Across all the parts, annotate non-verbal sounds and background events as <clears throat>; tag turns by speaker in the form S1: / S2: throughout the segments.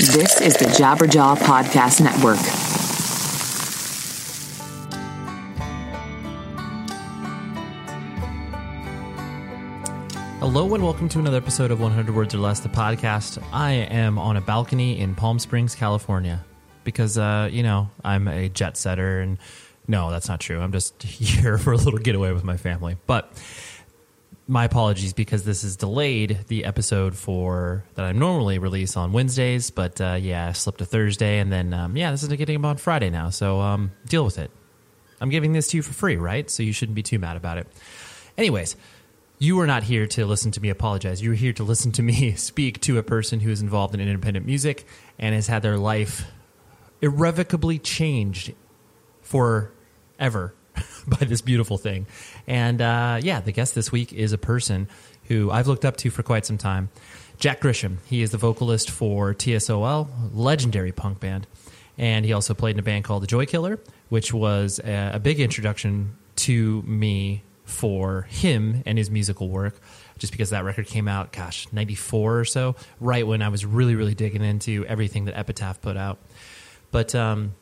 S1: This is the Jabberjaw Podcast Network.
S2: Hello and welcome to another episode of 100 Words or Less, the podcast. I am on a balcony in Palm Springs, California, because uh, you know I'm a jet setter, and no, that's not true. I'm just <laughs> here for a little getaway with my family. But my apologies because this is delayed the episode for that I normally release on Wednesdays, but uh, yeah, I slipped a Thursday, and then um, yeah, this is getting up on Friday now, so um, deal with it. I'm giving this to you for free, right? So you shouldn't be too mad about it. Anyways, you are not here to listen to me apologize. You're here to listen to me <laughs> speak to a person who is involved in independent music and has had their life irrevocably changed forever <laughs> by this beautiful thing. And uh, yeah, the guest this week is a person who I've looked up to for quite some time. Jack Grisham. He is the vocalist for TSOL, legendary punk band. And he also played in a band called The Joy Killer, which was a, a big introduction to me for him and his musical work, just because that record came out, gosh, 94 or so, right when I was really, really digging into everything that Epitaph put out. But um,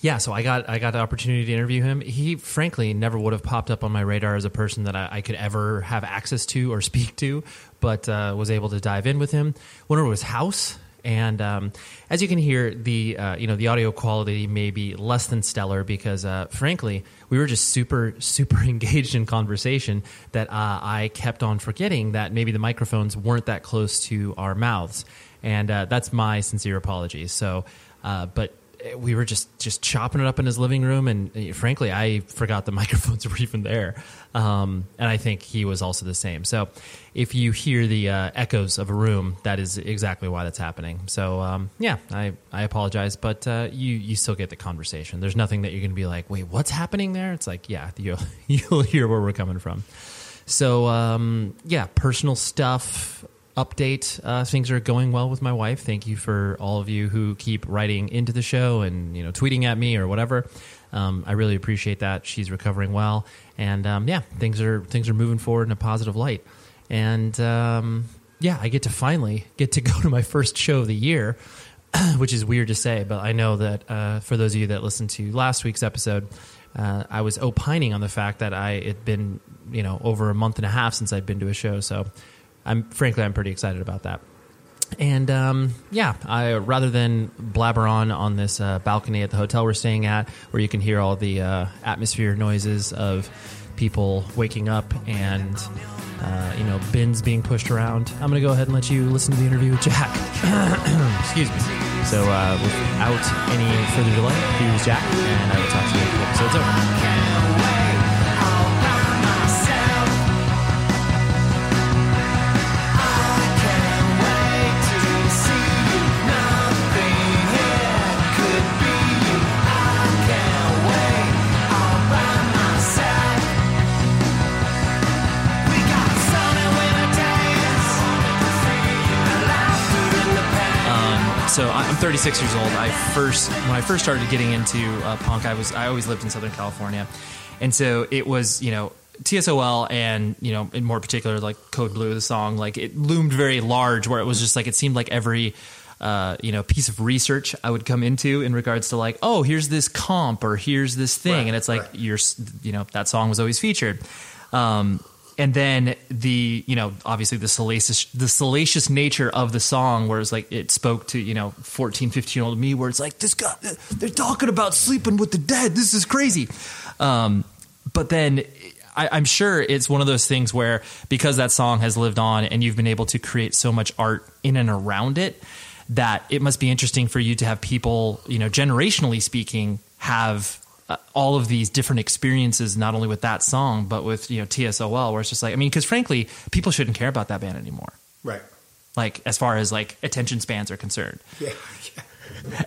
S2: yeah, so I got I got the opportunity to interview him. He frankly never would have popped up on my radar as a person that I, I could ever have access to or <laughs> speak to, but uh, was able to dive in with him. Went over to his house, and um, as you can hear, the uh, you know the audio quality may be less than stellar because uh, frankly we were just super <laughs> super engaged in conversation that uh, I kept on forgetting that maybe the microphones weren't that close to our mouths, and uh, that's my sincere apologies. So, uh, but we were just just chopping it up in his living room, and eh, frankly, I forgot the <laughs> microphones were even there. Um, and I think he was also the same. So, if you hear the uh, echoes of a room, that is exactly why that's happening. So, um, yeah, I, I apologize, but uh, you you still get the conversation. There's nothing that you're going to be like, wait, what's happening there? It's like, yeah, <laughs> you'll you'll hear where we're coming from. So, um, yeah, personal stuff update. Uh, things are going well with my wife. Thank you for all of you who keep writing into the show and you know tweeting at me or whatever. Um, I really appreciate that. She's recovering well, and um, yeah, things are things are moving forward in a positive light. And um, yeah, I get to finally get to go to my first show of the year, <clears throat> which is weird to say, but I know that uh, for those of you that listened to last week's episode, uh, I was opining on the fact that I it had been you know over a month and a half since I'd been to a show, so I'm frankly I'm pretty excited about that. And um, yeah, I rather than blabber on on this uh, balcony at the hotel we're staying at, where you can hear all the uh, atmosphere noises of people waking up and uh, you know bins being pushed around, I'm gonna go ahead and let you listen to the interview with Jack. <coughs> Excuse me. So uh, without any further delay, here's Jack, and I will talk to you. when the Episode's over.
S3: Myself.
S2: so I- I'm 36 years old. I first when I first started getting into uh, punk, I was I always lived in Southern California, and so it was you know TSOL and you know in more particular like Code Blue the song like it loomed very large where it was just like it seemed like every uh, you know piece of research I would come into in regards to like oh here's this comp or here's this thing and it's like your s you know that song was always featured. Um, and then the you know obviously the salacious the salacious nature of the song where it's like it spoke to you know 14 15 year old me where it's like this guy they're talking about sleeping with the dead this is crazy um, but then I, i'm sure it's one of those things where because that song has lived on and you've been able to create so much art in and around it that it must be interesting for you to have people you know generationally speaking have uh, all of these different experiences, not only with that song, but with you know TSOL, where it's just like, I mean, because frankly, people shouldn't care about that band anymore.
S3: Right.
S2: Like as far as like attention spans are concerned,
S3: Yeah.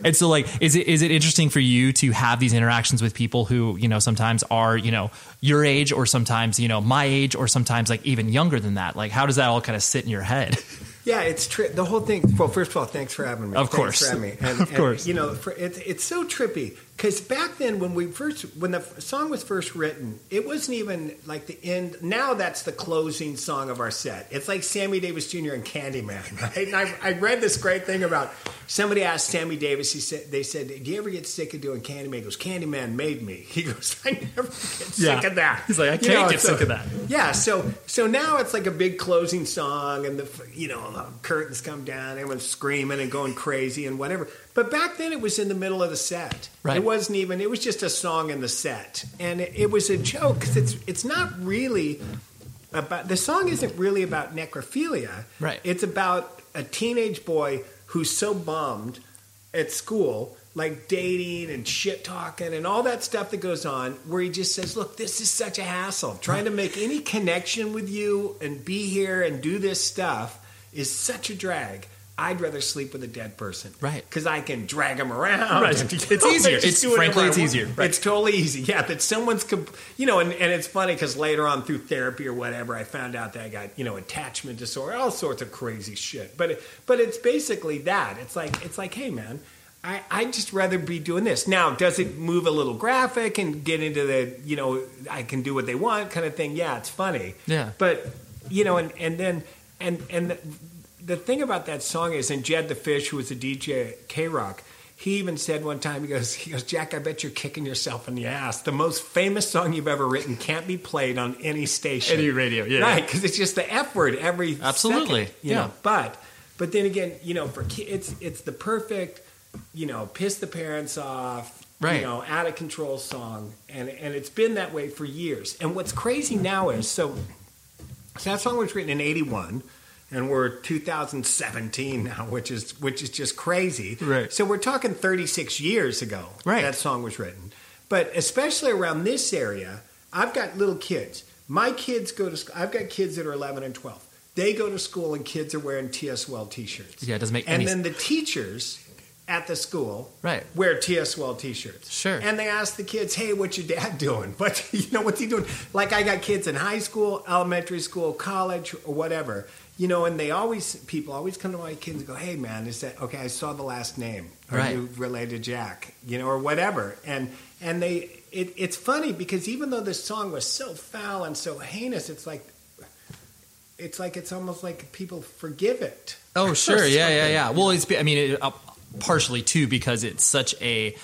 S2: and so like, is it is it interesting for you to have these interactions with people who you know sometimes are you know your age or sometimes you know my age or sometimes like even younger than that? Like, how does that all kind of sit in your head?
S3: Yeah, it's tri- the whole thing. Well, first of all, thanks for having me.
S2: Of
S3: Thanks
S2: course.
S3: for having
S2: <laughs>
S3: me.
S2: Of course.
S3: You know, for, it's it's so trippy because back then when we first when the f- song was first written, it wasn't even like the end. Now that's the closing song of our set. It's like Sammy Davis Jr. and Candyman. <laughs> Right? And I, I read this great thing about somebody asked Sammy Davis. He said they said, "Do you ever get sick of doing Candyman?" He goes, "Candyman made me." <laughs> He goes, "I never get
S2: Yeah.
S3: sick of that."
S2: He's like, "I
S3: You
S2: can't get
S3: so-
S2: sick of that."
S3: yeah, so so now it's like a big closing song, and the you know the curtains come down, everyone's screaming and going crazy and whatever. But back then it was in the middle of the set.
S2: Right.
S3: It wasn't even. It was just a song in the set, and it, it was a joke because it's it's not really about the song isn't really about necrophilia.
S2: Right.
S3: It's about a teenage boy who's so bummed at school, like dating and shit talking and all that stuff that goes on, where he just says, Look, this is such a hassle. Trying to make any connection with you and be here and do this stuff is such a drag. I'd rather sleep with a dead person.
S2: Right.
S3: Because I can drag them around. <laughs>
S2: Right.
S3: and-
S2: It's easier.
S3: Just
S2: It's-
S3: do whatever
S2: frankly,
S3: I
S2: it's
S3: want.
S2: easier. Right.
S3: It's totally easy. Yeah, that someone's, comp- you know, and, and it's funny because later on through therapy or whatever, I found out that I got, you know, attachment disorder, all sorts of crazy shit. But it, but it's basically that. It's like it's like, hey man, I I just rather be doing this. Now, does it move a little graphic and get into the, you know, I can do what they want kind of thing? Yeah, it's funny.
S2: Yeah.
S3: But you know, and and then and and the, the thing about that song is, and Jed the Fish, who was a DJ at K Rock, he even said one time, he goes, he goes, Jack, I bet you're kicking yourself in the ass. The most famous song you've ever written can't be played on any station,
S2: Any radio, yeah.
S3: right? Because it's just the F word every
S2: Absolutely,
S3: second, you
S2: yeah.
S3: know. But but then again, you know, for ki- it's it's the perfect, you know, piss the parents off,
S2: Right.
S3: You know, out of control song, and and it's been that way for years. And what's crazy now is so so that song was written in '81, and we're 2017 now, which is which is just crazy.
S2: Right.
S3: So we're talking 36 years ago.
S2: Right.
S3: That song was written, but especially around this area, I've got little kids. My kids go to school. I've got kids that are 11 and 12. They go to school, and kids are wearing TSWL t-shirts.
S2: Yeah, it doesn't make
S3: And
S2: any
S3: then the teachers at the school
S2: Right.
S3: wear TSWL t-shirts.
S2: Sure.
S3: And they ask the kids, "Hey, what's your dad <laughs> doing? What you know? What's he doing?" Like I got kids in high school, elementary school, college, or whatever. You know, and they always people always come to my kids and go, "Hey, man, is that okay? I saw the last name. Are
S2: Right.
S3: you related to Jack? You know, or whatever." And and they it, it's funny because even though this song was so foul and so heinous, it's like it's like it's almost like people forgive it.
S2: Oh,
S3: <laughs> or
S2: sure. Yeah, yeah,
S3: something.
S2: yeah. Well, it's, I mean, it, uh, partially too, because it's such a,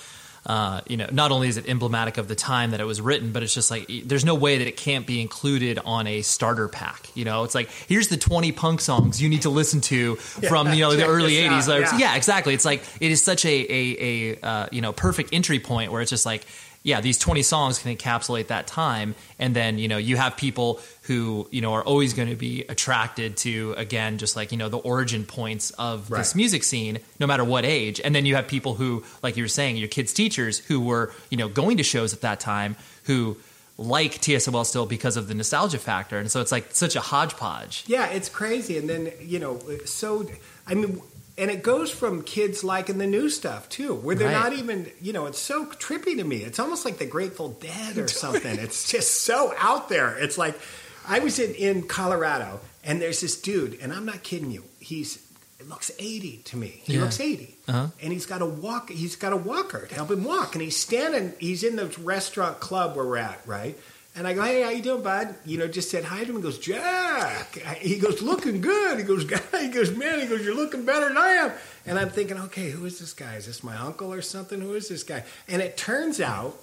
S2: uh, you know, not only is it emblematic of the time that it was written, but it's just like, y- there's no way that it can't be included on a starter pack. You know, it's like, here's the 20 punk songs you need to listen to from, you know, the
S3: check
S2: early 80s.
S3: this out.
S2: Like,
S3: Yeah.
S2: yeah, exactly. It's like, it is such a, a, a uh, you know, perfect entry point where it's just like, yeah, these 20 songs can encapsulate that time. And then, you know, you have people who, you know, are always going to be attracted to, again, just like, you know, the origin points of this
S3: Right.
S2: music scene, no matter what age. And then you have people who, like you were saying, your kids' teachers who were, you know, going to shows at that time who like TSOL still because of the nostalgia factor. And so it's like such a hodgepodge.
S3: Yeah, it's crazy. And then, you know, so, I mean, and it goes from kids liking the new stuff too, where they're
S2: Right.
S3: not even, you know, it's so trippy to me. It's almost like the Grateful
S2: <laughs>
S3: Dead or something. It's just so out there. It's like, I was in, in Colorado and there's this dude, and I'm not kidding you. He's it looks 80 to me. He
S2: Yeah.
S3: looks 80.
S2: Uh-huh.
S3: And he's got a walk he's got a walker to help him walk and he's standing he's in the restaurant club where we're at, right? And I go, "Hey, how you doing, bud?" You know, just said hi to him. He goes, "Jack." He goes, "Looking good." He goes, <laughs> "Guy." He goes, "Man." He goes, "You're looking better than I am." And I'm thinking, "Okay, who is this guy? Is this my uncle or something? Who is this guy?" And it turns out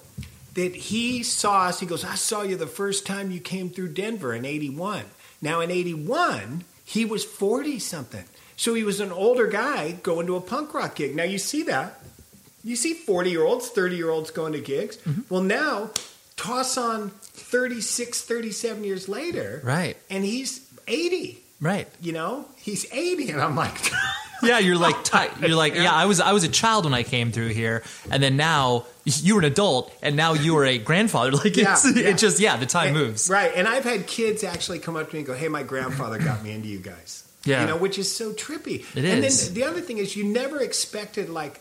S3: that he saw us. He goes, I saw you the first time you came through Denver in 81. Now, in 81, he was 40 something. So he was an older guy going to a punk rock gig. Now, you see that. You see 40 year olds, 30 year olds going to gigs. Well, now, toss on 36, 37 years later.
S2: Right.
S3: And he's 80.
S2: Right.
S3: You know, he's 80. And I'm like, <laughs>
S2: Yeah, you're like tight. You're like, yeah, I was I was a child when I came through here, and then now you were an adult, and now you are a grandfather. <laughs> Like
S3: Yeah,
S2: it's,
S3: yeah.
S2: it just yeah, the time
S3: And-
S2: moves.
S3: Right. And I've had kids actually come up to me and go, hey, my grandfather got me into you guys.
S2: <laughs> Yeah.
S3: You know, which is so trippy.
S2: It
S3: and
S2: is.
S3: then the other thing is you never expected like,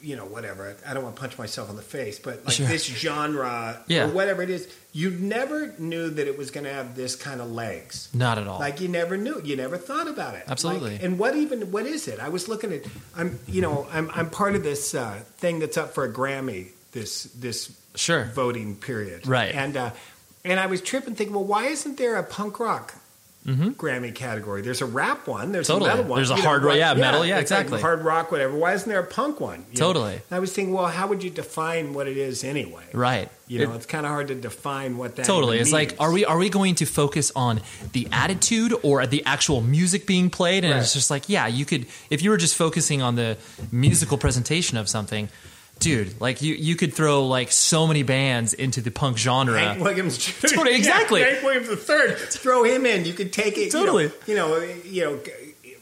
S3: you know, whatever. I don't want to punch myself in the face, but like
S2: Sure.
S3: this genre
S2: Yeah.
S3: or whatever it is, you never knew that it was going to have this kind of legs.
S2: Not at all.
S3: Like you never knew, you never thought about it.
S2: Absolutely.
S3: Like, and what even what is it? I was looking at I'm you know I'm I'm part of this uh, thing that's up for a Grammy this this
S2: Sure.
S3: voting period
S2: Right.
S3: and uh, and I was tripping thinking well why isn't there a punk rock Grammy category there's a rap one there's
S2: Mm-hmm. Totally.
S3: a metal one
S2: There's a
S3: you
S2: hard rock-
S3: what-
S2: yeah, metal, yeah,
S3: it's like
S2: exactly.
S3: hard rock whatever why isn't there a punk one You know?
S2: Totally.
S3: And I was thinking well how would you define what it is anyway
S2: Right.
S3: you know
S2: It-
S3: it's kind of hard to define what that
S2: totally.
S3: even
S2: It's like,
S3: means.
S2: are we are we going to focus on the attitude or the actual music being played? And
S3: Right.
S2: it's just like, yeah, you could if you were just focusing on the musical presentation of something. Dude, like you, you could throw like so many bands into the punk genre.
S3: Hank Williams Jr.
S2: <laughs> Totally,
S3: Yeah,
S2: exactly.
S3: Hank Williams III. Throw him in. You could take it.
S2: Totally.
S3: You know, you know, you know,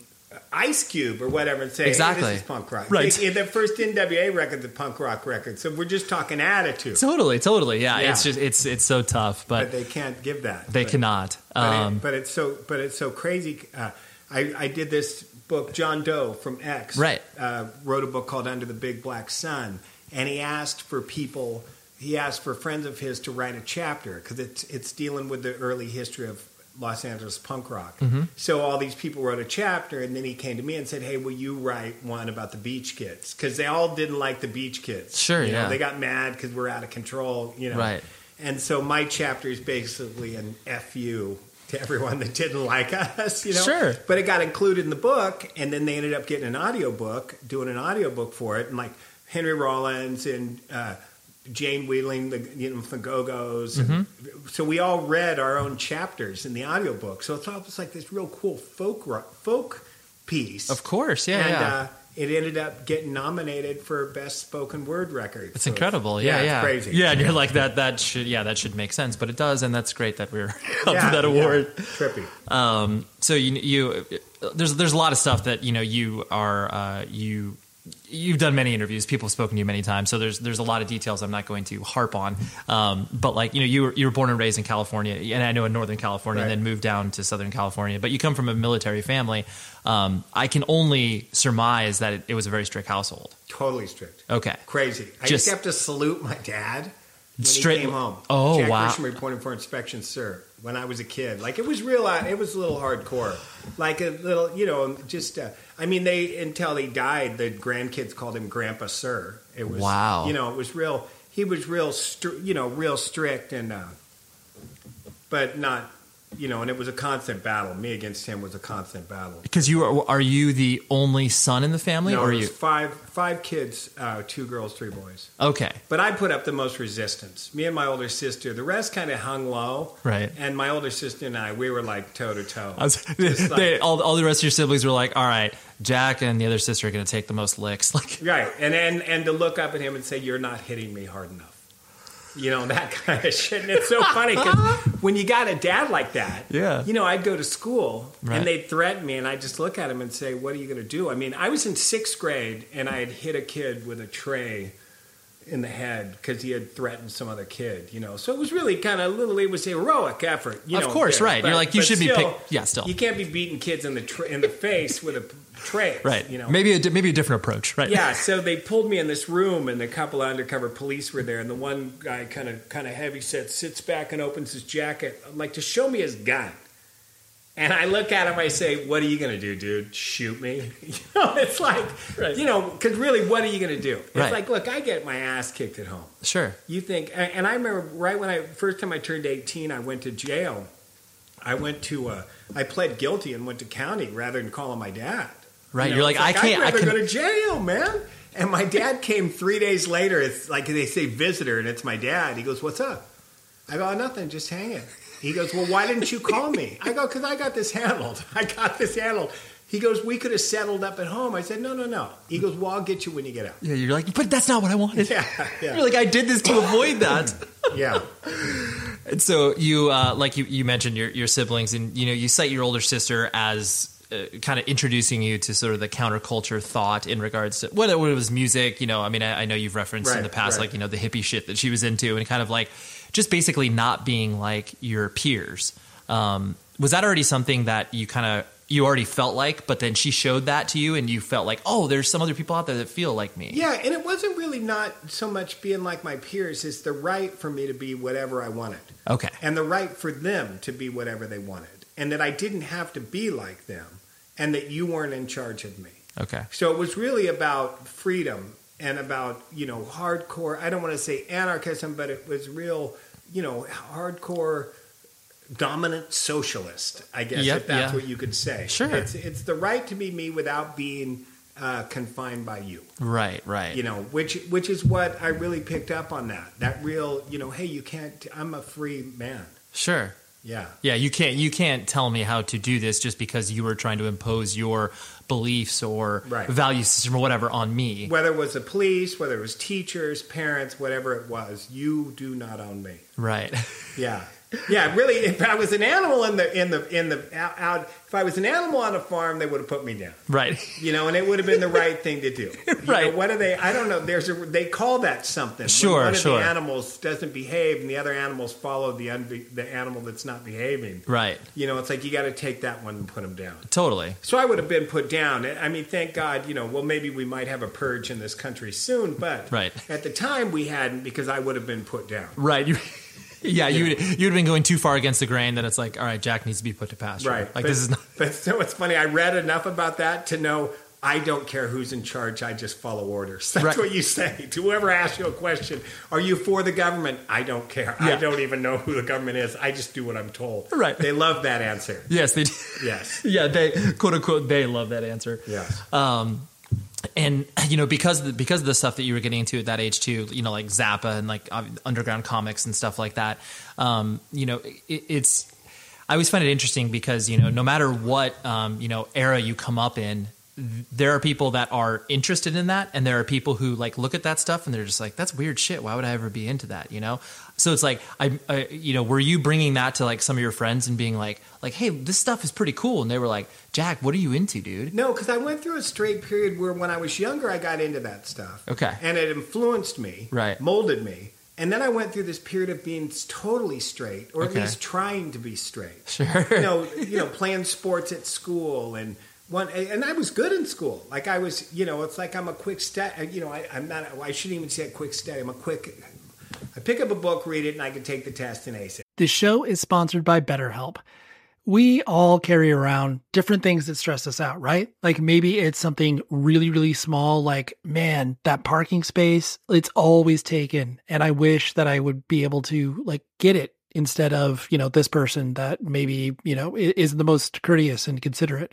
S3: Ice Cube or whatever, and say hey,
S2: Exactly.
S3: this is punk rock.
S2: Right.
S3: They- their first NWA record, the punk rock record. So we're just talking attitude,
S2: Totally, totally. Yeah,
S3: Yeah.
S2: it's just it's it's so tough, but,
S3: but they can't give that.
S2: they
S3: But-
S2: cannot.
S3: But, it-
S2: Um,
S3: but it's so, but it's so crazy. Uh, I, I did this book. John Doe from X,
S2: Right.
S3: uh, wrote a book called Under the Big Black Sun, and he asked for people. He asked for friends of his to write a chapter because it's it's dealing with the early history of Los Angeles punk rock.
S2: Mm-hmm.
S3: So all these people wrote a chapter, and then he came to me and said, "Hey, will you write one about the Beach Kids?" Because they all didn't like the Beach Kids.
S2: Sure,
S3: You know,
S2: yeah.
S3: they got mad because we're out of control. You know,
S2: Right.
S3: And so my chapter is basically an fu to everyone that didn't like us. You know,
S2: Sure.
S3: But it got included in the book, and then they ended up getting an audiobook, doing an audiobook for it, and like Henry Rollins and uh, Jane Wheeling, the you know the Go Go's.
S2: Mm-hmm.
S3: So we all read our own chapters in the audiobook. So it's almost like this real cool folk ro- folk piece.
S2: of course, yeah,
S3: and,
S2: yeah.
S3: Uh, it ended up getting nominated for best spoken word record.
S2: it's
S3: So
S2: incredible. Yeah, yeah,
S3: it's crazy.
S2: Yeah, and you're like that. That should yeah, that should make sense, but it does, and that's great that we're <laughs> up for that award.
S3: yeah. Trippy.
S2: Um, so you you there's there's a lot of stuff that you know you are uh, you you've done many interviews. People have spoken to you many times. So there's there's a lot of details I'm not going to harp on. Um, but like you know you were you were born and raised in California, and I know in Northern California,
S3: Right.
S2: and then moved down to Southern California. But you come from a military family. Um, I can only surmise that it, it was a very strict household.
S3: Totally strict.
S2: Okay.
S3: Crazy. I
S2: Just-
S3: used to have to salute my dad when
S2: Straight-
S3: he came home.
S2: Oh,
S3: Jack
S2: wow.
S3: Grisham reporting for inspection, sir. When I was a kid, like it was real. uh, It was a little hardcore, like a little, you know, just. Uh, I mean, they until he died, the grandkids called him Grandpa Sir. It was
S2: Wow.
S3: You know, it was real. He was real, str- you know, real strict and, uh, but not, you know, and it was a constant battle. Me against him was a constant battle.
S2: Because you are are you the only son in the family,
S3: no,
S2: or are
S3: it was
S2: you
S3: five five kids, uh, two girls, three boys.
S2: okay?
S3: But I put up the most resistance. Me and my older sister. The rest kind of hung low.
S2: Right.
S3: And my older sister and I, we were like toe to toe.
S2: I was,
S3: <laughs> Just
S2: <laughs>
S3: like-
S2: they, all, all the rest of your siblings were like, "All right, Jack and the other sister are going to take the most licks." <laughs> Like,
S3: Right. And then and to look up at him and say, "You're not hitting me hard enough." You know that <laughs> kind of shit. And it's so funny because
S2: <laughs>
S3: when you got a dad like that,
S2: Yeah.
S3: You know, I'd go to school
S2: Right.
S3: and they'd threaten me, and I'd just look at him and say, "What are you going to do?" I mean, I was in sixth grade and I had hit a kid with a tray in the head because he had threatened some other kid. You know, so it was really kind of little. It was heroic effort. You
S2: Of
S3: know,
S2: course,
S3: there.
S2: right. You're like, you should be pick- yeah, still.
S3: you can't be beating kids in the tr in the face with a p- tray.
S2: right?
S3: You know,
S2: maybe a, di- maybe a different approach, right?
S3: yeah, so they pulled me in this room, and a couple of undercover police were there, and the one guy kind of kind of heavy set sits back and opens his jacket, like to show me his gun. And I look at him, I say, What are you going to do, dude? Shoot me? <laughs> You know, it's like,
S2: Right.
S3: you know, because really, what are you going to do? It's
S2: Right.
S3: like, Look, I get my ass kicked at home.
S2: Sure.
S3: You think, and and I remember right when I first time I turned 18, I went to jail. I went to, uh, I pled guilty and went to county rather than calling my dad.
S2: Right.
S3: know,
S2: You're
S3: it's
S2: like, I can't.
S3: I'd
S2: I
S3: rather
S2: can.
S3: go to jail, man. And my dad came three days later. It's like they say visitor, and it's my dad. He goes, "What's up?" I go, "Oh, "Nothing, just hanging." He goes, "Well, why didn't you call me?" I go, "Cause I got this handled. <laughs> I got this handled." He goes, "We could have settled up at home." I said, "No, no, no." He goes, "Well, I'll get you when you get
S2: <laughs>
S3: out."
S2: yeah, you're like, but that's not what I wanted. <laughs>
S3: Yeah, yeah.
S2: You're like, I did this to avoid
S3: <laughs>
S2: that.
S3: Yeah,
S2: And so you, uh, like you, you mentioned your, your siblings, and you know, you cite your older sister as uh, kind of introducing you to sort of the counterculture thought in regards to whether it was music. You know, I mean, I, I know you've referenced in
S3: Right,
S2: the past,
S3: right.
S2: like you know, the hippie shit that she was into, and kind of like just basically not being like your peers. Um, was that already something that you kind of you already felt like, but then she showed that to you, and you felt like, oh, there's some other people out there that feel like me.
S3: yeah. And it wasn't really not so much being like my peers; it's the right for me to be whatever I wanted.
S2: Okay.
S3: and the right for them to be whatever they wanted, and that I didn't have to be like them, and that you weren't in charge of me.
S2: Okay.
S3: So it was really about freedom and about, you know, hardcore, I don't want to say anarchism, but it was real, you know, hardcore dominant socialist, I guess,
S2: Yep,
S3: if that's
S2: yeah.
S3: what you could say.
S2: Sure.
S3: It's, it's the right to be me without being uh, confined by you
S2: Right. Right.
S3: you know which which is what i really picked up on that that real you know hey you can't i'm a free man
S2: Sure.
S3: yeah
S2: Yeah, you can't you can't tell me how to do this just because you were trying to impose your beliefs or
S3: Right.
S2: value system or whatever on me.
S3: whether it was the police whether it was teachers parents whatever it was you do not own me
S2: Right. <laughs>
S3: yeah yeah really if i was an animal in the in the in the out, out if i was an animal on a farm they would have put me down
S2: right.
S3: you know and it would have been the right thing to do You know,
S2: Right.
S3: what are they i don't know there's a they call that something when
S2: Sure,
S3: one
S2: sure.
S3: of the animals doesn't behave and the other animals follow the unbe- the animal that's not behaving
S2: Right.
S3: You know, it's like you got to take that one and put them down.
S2: Totally.
S3: So I would have been put down. I mean, thank God, you know, well, maybe we might have a purge in this country soon, but
S2: Right.
S3: at the time we hadn't because I would have been put down.
S2: Right. You, <laughs> yeah, you would, you'd have been going too far against the grain that it's like, all right, Jack needs to be put to pasture.
S3: Right.
S2: Like
S3: but,
S2: this is not <laughs>
S3: <laughs> But so it's funny. I read enough about that to know I don't care who's in charge. I just follow orders. <laughs> That's
S2: Right.
S3: what you say to whoever asks you a question. Are you for the government? I don't care. I
S2: Yeah.
S3: don't even know who the government is. I just do what I'm told.
S2: Right.
S3: They love that answer.
S2: Yes, they
S3: Yes.
S2: <laughs> Yeah, they quote unquote they love that answer.
S3: Yes.
S2: Um, and you know because of the, because of the stuff that you were getting into at that age too, you know like Zappa and like ob- underground comics and stuff like that. Um, you know it, it's I always find it interesting because you know no matter what um, you know era you come up in. th- There are people that are interested in that, and there are people who like look at that stuff and they're just like, "That's weird shit. Why would I ever be into that?" You know. So it's like, I, I, you know, were you bringing that to like some of your friends and being like, like, "Hey, this stuff is pretty cool," and they were like, "Jack, what are you into, dude?"
S3: No, because I went through a straight period where when I was younger, I got into that stuff.
S2: Okay.
S3: And it influenced me,
S2: Right.
S3: molded me. And then I went through this period of being totally straight, or
S2: Okay.
S3: at least trying to be straight.
S2: Sure.
S3: You know, you know, playing sports at school and one, and I was good in school. Like I was, you know, it's like I'm a quick stud. You know, I, I'm not. I shouldn't even say a quick study. I'm a quick. I pick up a book, read it, and I can take the test and ace it.
S4: The show is sponsored by BetterHelp. We all carry around different things that stress us out, right? Like maybe it's something really, really small, like, man, that parking space, it's always taken. And I wish that I would be able to like get it instead of, you know, this person that maybe, you know, i- is the most courteous and considerate.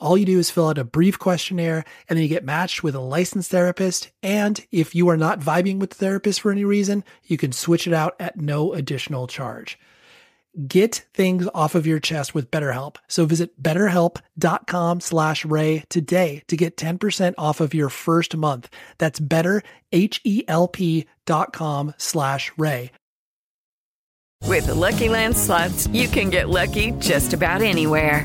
S4: All you do is fill out a brief questionnaire and then you get matched with a licensed therapist. And if you are not vibing with the therapist for any reason, you can switch it out at no additional charge. Get things off of your chest with BetterHelp. So visit betterhelp.com slash Ray today to get 10% off of your first month. That's better, H-E-L-P dot com slash Ray.
S5: With the Lucky Land slots, you can get lucky just about anywhere.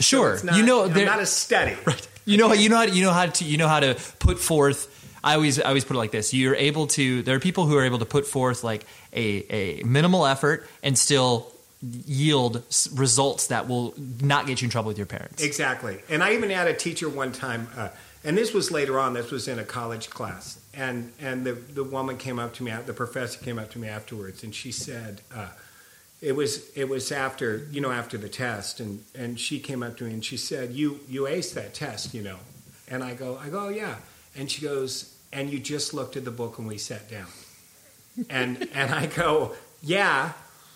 S2: Sure,
S3: It's not,
S2: you know,
S3: I'm
S2: there- <laughs>
S3: not a study.
S2: you know, you know, how to, you know how to, you know how to put forth. I always, I always put it like this: you're able to. There are people who are able to put forth like a, a minimal effort and still yield s- results that will not get you in trouble with your parents.
S3: Exactly. And I even had a teacher one time, uh, and this was later on. This was in a college class, and and the the woman came up to me. The professor came up to me afterwards, and she said, uh, "It was it was after you know after the test, and and she came up to me and she said, you you aced that test, you know." And I go, I go, "Oh, yeah. And she goes, and you just looked at the book and we sat down, and and I go, yeah.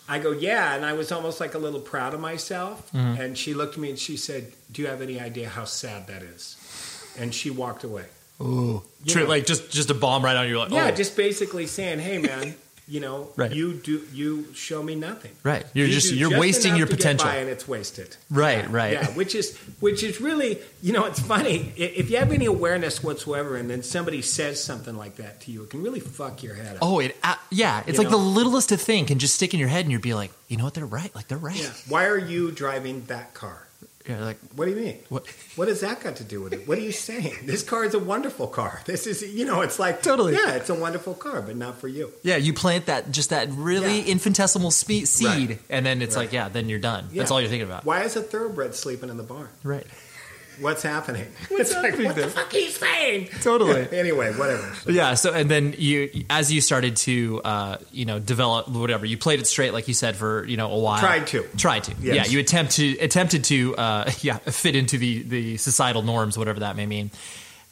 S3: I go, yeah. And I was almost like a little proud of myself.
S2: Mm-hmm.
S3: And she looked at me and she said, Do you have any idea how sad that is? And she walked away.
S2: True, like just just a bomb right on your life.
S3: Yeah, just basically saying, Hey, man, you know,
S2: Oh. <laughs> Right.
S3: you do, you show me nothing.
S2: Right. You're
S3: You
S2: just-
S3: do
S2: you're wasting
S3: enough
S2: your
S3: to get
S2: potential.
S3: by and it's wasted.
S2: Right, right.
S3: Yeah, which is which is really, you know, it's funny. I- If you have any awareness whatsoever, and then somebody says something like that to you, it can really fuck your head up.
S2: Oh, it a- yeah. It's
S3: You
S2: like
S3: know?
S2: the littlest of thing can just stick in your head, and you'd be like, you know what? They're right. Like they're right.
S3: Yeah. Why are you driving that car?
S2: You're like
S3: What do you mean?
S2: what?
S3: What has that got to do with it? What are you saying? <laughs> This car is a wonderful car. <laughs> This is, you know, it's like
S2: Totally.
S3: Yeah, it's a wonderful car, but not for you.
S2: Yeah, you plant that just that really
S3: Yeah.
S2: infinitesimal spe- seed,
S3: Right.
S2: and then it's like yeah, then you're done. That's
S3: Yeah.
S2: all you're thinking about.
S3: Why is a thoroughbred sleeping in the barn?
S2: Right.
S3: What's happening? <laughs> it's
S2: happening
S3: like what
S2: there?
S3: the fuck are you saying?
S2: Totally.
S3: anyway, whatever.
S2: Yeah. So, and then you, as you started to, uh, you know, develop whatever, you played it straight, like you said, for you know a while.
S3: Tried to.
S2: Tried to.
S3: Yes.
S2: Yeah. You attempt to attempted to, uh, <laughs> yeah, fit into the the societal norms, whatever that may mean.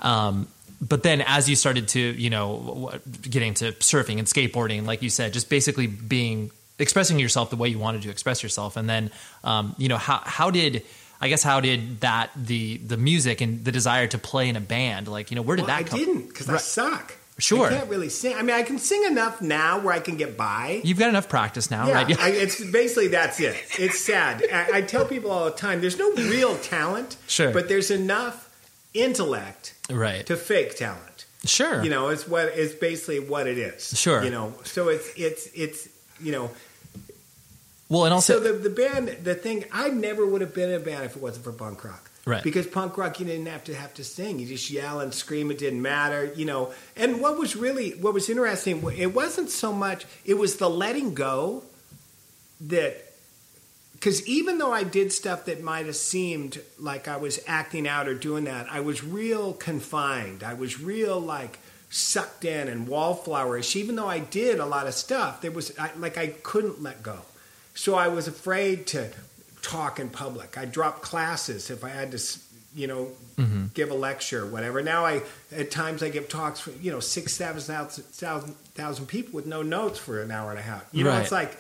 S2: Um, but then, as you started to, you know, w- getting to surfing and skateboarding, like you said, just basically being expressing yourself the way you wanted to express yourself, and then, um, you know, how how did I guess how did that the the music and the desire to play in a band, like you know, where did
S3: Well,
S2: <laughs> that
S3: I
S2: come?
S3: didn't because I
S2: Right.
S3: suck.
S2: Sure.
S3: I can't really sing. I mean, I can sing enough now where I can get by.
S2: You've got enough practice now,
S3: Yeah,
S2: right?
S3: I, it's basically that's it. It's sad. I, I tell people all the time, there's no real talent,
S2: Sure.
S3: but there's enough intellect
S2: <laughs> right.
S3: to fake talent.
S2: sure.
S3: You know, it's what it's basically what it is.
S2: Sure.
S3: You know, so it's it's it's you know,
S2: well, and also
S3: so the the band the thing I never would have been in a band if it wasn't for punk rock.
S2: Right.
S3: Because punk rock you didn't have to have to sing. You just yell and scream, it didn't matter, you know. And what was really what was interesting it wasn't so much it was the letting go that because even though I did stuff that might have seemed like I was acting out or doing that, I was real confined. I was real like sucked in and wallflowerish. Even though I did a lot of stuff, there was I, like I couldn't let go. So I was afraid to talk in public. I dropped classes if I had to, s- you know,
S2: Mm-hmm.
S3: give a lecture or whatever. Now I at times I give talks for you know six seven thousand thousand thousand people with no notes for an hour and a half. You know,
S2: Right.
S3: it's like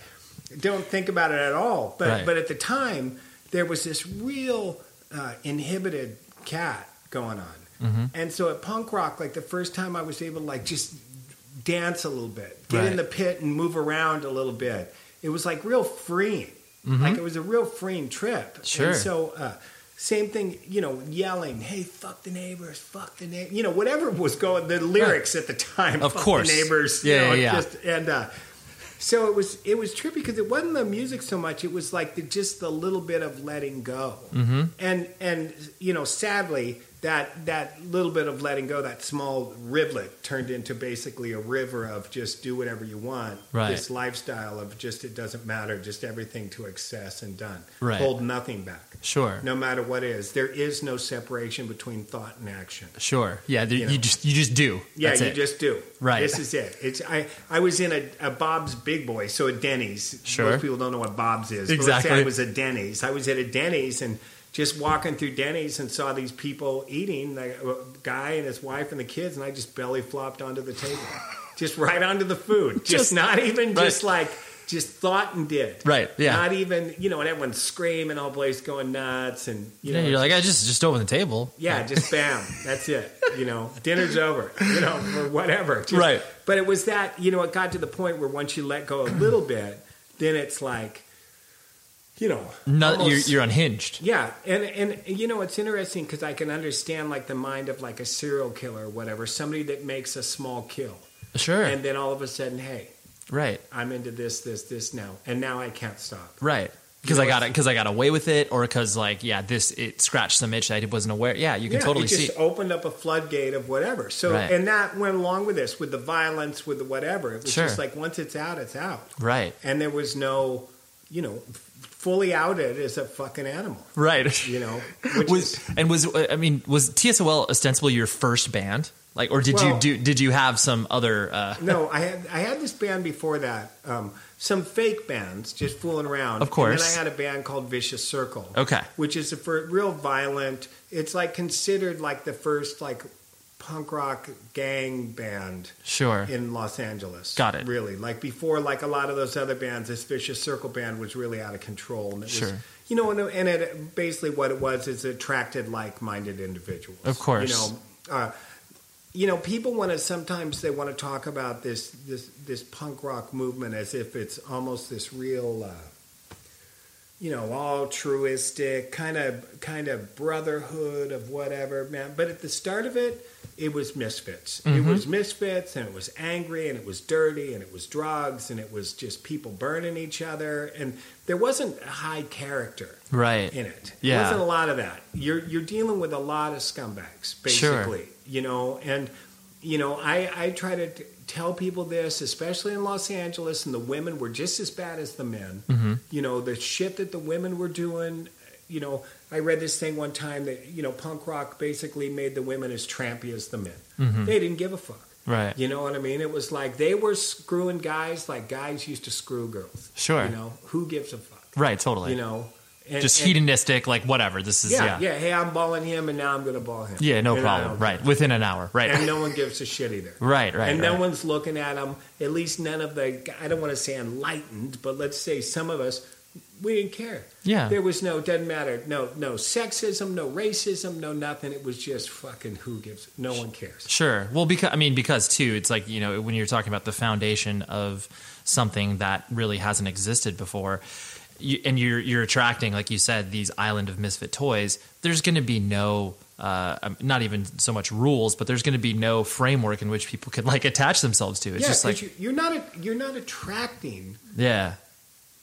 S3: don't think about it at all. But
S2: Right.
S3: but at the time, there was this real uh, inhibited cat going on.
S2: Mhm.
S3: And so at punk rock, like the first time I was able to like just dance a little bit, get in
S2: Right.
S3: the pit and move around a little bit, it was like real freeing.
S2: Mhm.
S3: Like it was a real freeing trip.
S2: Sure.
S3: And so uh, same thing, you know, yelling, "Hey, fuck the neighbors, fuck the neighbors," you know, whatever was going the lyrics at the time.
S2: Of
S3: "Fuck the
S2: course.
S3: neighbors. you
S2: Yeah,
S3: know,
S2: yeah,
S3: it
S2: yeah.
S3: Just, and uh, so it was it was trippy because it wasn't the music so much. It was like the, just the little bit of letting go
S2: Mm-hmm.
S3: and and you know sadly that that little bit of letting go that small rivulet turned into basically a river of just do whatever you want
S2: Right.
S3: this lifestyle of just it doesn't matter just everything to excess and done
S2: Right.
S3: hold nothing back
S2: Sure.
S3: no matter what is there is no separation between thought and action
S2: Sure. Yeah. There,
S3: You
S2: you,
S3: know.
S2: just you just do.
S3: yeah
S2: That's
S3: you
S2: it.
S3: just do
S2: Right.
S3: this is it it's i i was in a, a bob's big boy so a denny's
S2: Sure.
S3: most people don't know what bob's is but let's say
S2: Exactly.
S3: i was a denny's i was at a denny's and just walking through denny's and saw these people eating like a guy and his wife and the kids and i just belly flopped onto the
S2: <laughs>
S3: table just right onto the food just,
S2: Just-
S3: not even
S2: right.
S3: just like just thought and did
S2: Right, yeah.
S3: not even you know and everyone's screaming all place going nuts and you know
S2: yeah, you're like I just just open the table.
S3: yeah, just bam. That's it. You know, dinner's over. You know, or whatever. Just-
S2: Right.
S3: But it was that. You know, it got to the point where once you let go a little bit, then it's like, you know,
S2: Not, you're,
S3: almost-
S2: you're unhinged.
S3: yeah, and and you know it's interesting because I can understand like the mind of like a serial killer or whatever, somebody that makes a small kill,
S2: Sure.
S3: and then all of a sudden, hey,
S2: right.
S3: I'm into this, this, this now, and now I can't stop.
S2: Right. Because I got it. Because I got away with it, or because like yeah, this it scratched some itch I wasn't aware. Yeah, you can
S3: yeah,
S2: totally
S3: it
S2: see.
S3: just opened up a floodgate of whatever. So
S2: Right.
S3: and that went along with this, with the violence, with the whatever. It was
S2: Sure.
S3: just like once it's out, it's out,
S2: Right.
S3: and there was no, you know, f- fully outed as a fucking animal, <laughs>
S2: Right. <laughs>
S3: you know. Which
S2: was
S3: is,
S2: and was I mean was TSOL ostensibly your first band? Like, or did
S3: Well-
S2: you do? Did you have some other? Uh,
S3: no, I had I had this band before that, um, some fake bands just fooling around.
S2: Of course.
S3: and then I had a band called Vicious Circle,
S2: okay.
S3: which is a fir- real violent. It's like considered like the first like punk rock gang band
S2: Sure.
S3: in Los Angeles.
S2: Got it.
S3: Really, like before, like a lot of those other bands, this Vicious Circle band was really out of control. And it
S2: Sure.
S3: Was, you know, and, and it basically what it was is it attracted like-minded individuals.
S2: Of course.
S3: You know, uh, you know, people want to sometimes they want to talk about this this this punk rock movement as if it's almost this real. Uh, you know, altruistic kind of kind of brotherhood of whatever, man. But at the start of it, it was misfits. It
S2: Mhm.
S3: was misfits, and it was angry, and it was dirty, and it was drugs, and it was just people burning each other, and there wasn't high character
S2: Right.
S3: in it.
S2: Yeah.
S3: There wasn't a lot of that. You're you're dealing with a lot of scumbags,
S2: Sure.
S3: basically. You know, and you know, I I try to t- tell people this, especially in Los Angeles, and the women were just as bad as the men
S2: hmm
S3: you know the shit that the women were doing you know i read this thing one time that you know punk rock basically made the women as trampy as the men
S2: Mhm.
S3: they didn't give a fuck
S2: Right.
S3: you know what i mean it was like they were screwing guys like guys used to screw girls
S2: Sure.
S3: you know who gives a fuck
S2: Right. Totally.
S3: you know and,
S2: just
S3: and-
S2: hedonistic. Like whatever. This is yeah.
S3: yeah, yeah hey i'm balling him and now i'm gonna ball him
S2: Yeah, no
S3: And I
S2: problem.
S3: don't-
S2: Right. Within an hour. Right.
S3: and no one gives a shit either
S2: <laughs> right. Right.
S3: and
S2: right.
S3: no one's looking at them. At least none of the, I don't want to say enlightened, but let's say some of us, we didn't care.
S2: Yeah.
S3: There was no, doesn't matter, no, no sexism, no racism, no nothing. It was just fucking who gives, no one cares.
S2: Sure. Well, because I mean, because too, it's like you know when you're talking about the foundation of something that really hasn't existed before, you, and you're you're attracting, like you said, these island of misfit toys. There's going to be no. Uh, um, not even so much rules, but there's going to be no framework in which people can like attach themselves to. It's
S3: yeah,
S2: just
S3: 'cause
S2: like,
S3: you, you're not, a, you're not attracting
S2: yeah,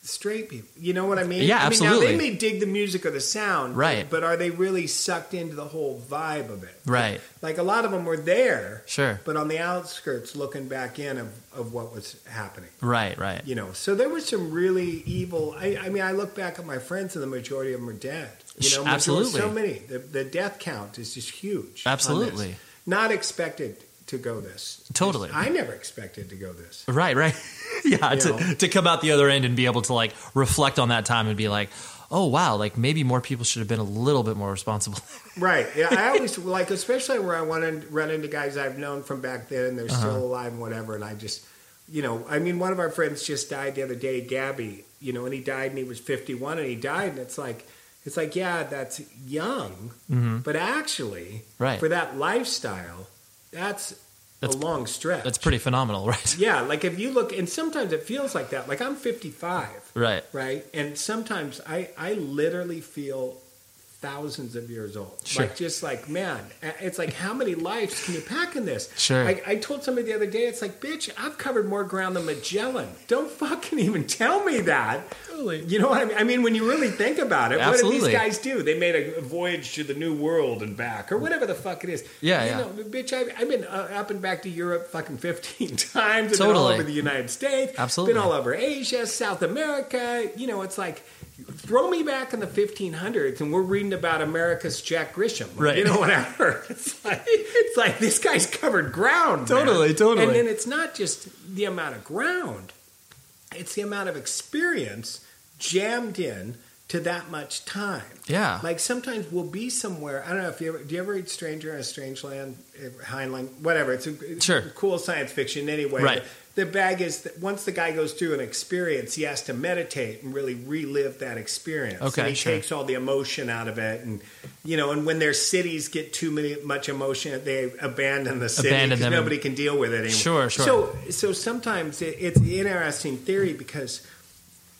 S3: straight people. You know what I mean?
S2: Yeah,
S3: I mean,
S2: absolutely.
S3: Now they may dig the music or the sound,
S2: Right.
S3: But are they really sucked into the whole vibe of it?
S2: right,
S3: Like a lot of them were there,
S2: sure,
S3: but on the outskirts, looking back in of, of what was happening.
S2: right, right,
S3: you know so there were some really evil I, I mean i look back at my friends and the majority of them are dead you
S2: Sh-
S3: know
S2: absolutely.
S3: so many the, the death count is just huge on this.
S2: absolutely,
S3: not expected to go this
S2: Totally.
S3: i never expected to go this
S2: right, right, <laughs> yeah.
S3: You
S2: To
S3: know.
S2: to come out the other end and be able to like reflect on that time and be like, oh wow, like maybe more people should have been a little bit more responsible. <laughs>
S3: right yeah i always <laughs> like especially where i want to run into guys i've known from back then and they're still
S2: Uh-huh.
S3: alive and whatever and i just you know i mean one of our friends just died the other day gabby you know and he died and he was 51 and he died and it's like It's like, yeah, that's young,
S2: Mhm.
S3: but actually,
S2: Right.
S3: for that lifestyle, that's,
S2: That's-
S3: a long stretch.
S2: That's pretty phenomenal, <laughs> right?
S3: yeah, like if you look, and sometimes it feels like that. Like I'm 55,
S2: Right.
S3: right? And sometimes I, I literally feel thousands of years old.
S2: Sure.
S3: Like just like, man, it's like how many lives can you pack in this?
S2: Sure.
S3: I, I told somebody the other day, it's like, bitch, I've covered more ground than Magellan. Don't fucking even tell me that. You know what I mean? I mean, when you really think about it, what
S2: Absolutely.
S3: did these guys do? They made a voyage to the New World and back, or whatever the fuck it is.
S2: Yeah,
S3: you
S2: yeah.
S3: Know, bitch, I've, I've been uh, up and back to Europe fucking 15 <laughs> times. I've Been all
S2: Totally.
S3: over the United States.
S2: Absolutely.
S3: Been all over Asia, South America. You know, it's like, throw me back in the 1500s and we're reading about America's Jack Grisham. or,
S2: Right.
S3: You know, whatever. <laughs> It's like, it's like this guy's covered ground. man.
S2: Totally, totally.
S3: And then it's not just the amount of ground, it's the amount of experience jammed in to that much time.
S2: Yeah.
S3: Like sometimes we'll be somewhere. I don't know if you ever do you ever read Stranger in a Strange Land, eh, Heinlein, whatever. It's a it's
S2: Sure.
S3: cool science fiction anyway.
S2: Right.
S3: The bag is that once the guy goes through an experience, he has to meditate and really relive that experience.
S2: Okay,
S3: and he
S2: sure.
S3: takes all the emotion out of it, and you know, and when their cities get too many much emotion, they abandon the city
S2: Abandon
S3: because
S2: them and-
S3: nobody can deal with it anymore.
S2: Sure, sure.
S3: So, so sometimes it, it's an interesting theory because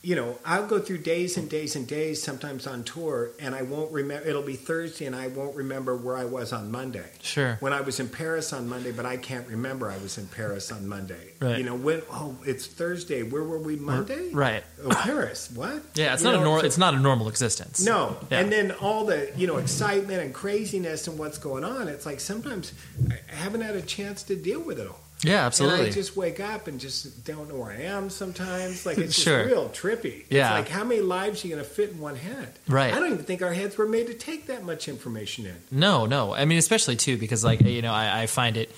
S3: you know, I'll go through days and days and days sometimes on tour, and I won't remember. It'll be Thursday, and I won't remember where I was on Monday.
S2: Sure.
S3: When I was in Paris on Monday, but I can't remember I was in Paris on Monday.
S2: Right.
S3: You know, when oh, it's Thursday. Where were we Monday?
S2: Right.
S3: Oh, Paris. What?
S2: Yeah, it's
S3: You
S2: not a
S3: know,
S2: normal.
S3: so-
S2: It's not a normal existence.
S3: no,
S2: Yeah.
S3: and then all the you know excitement and craziness and what's going on. It's like sometimes I haven't had a chance to deal with it all.
S2: yeah, absolutely.
S3: And I just wake up and just don't know where I am sometimes. Like it's
S2: Sure.
S3: just real trippy.
S2: Yeah.
S3: It's like how many lives are you gonna fit in one head?
S2: Right.
S3: I don't even think our heads were made to take that much information in.
S2: No, no. I mean, especially too, because like you know, I, I find it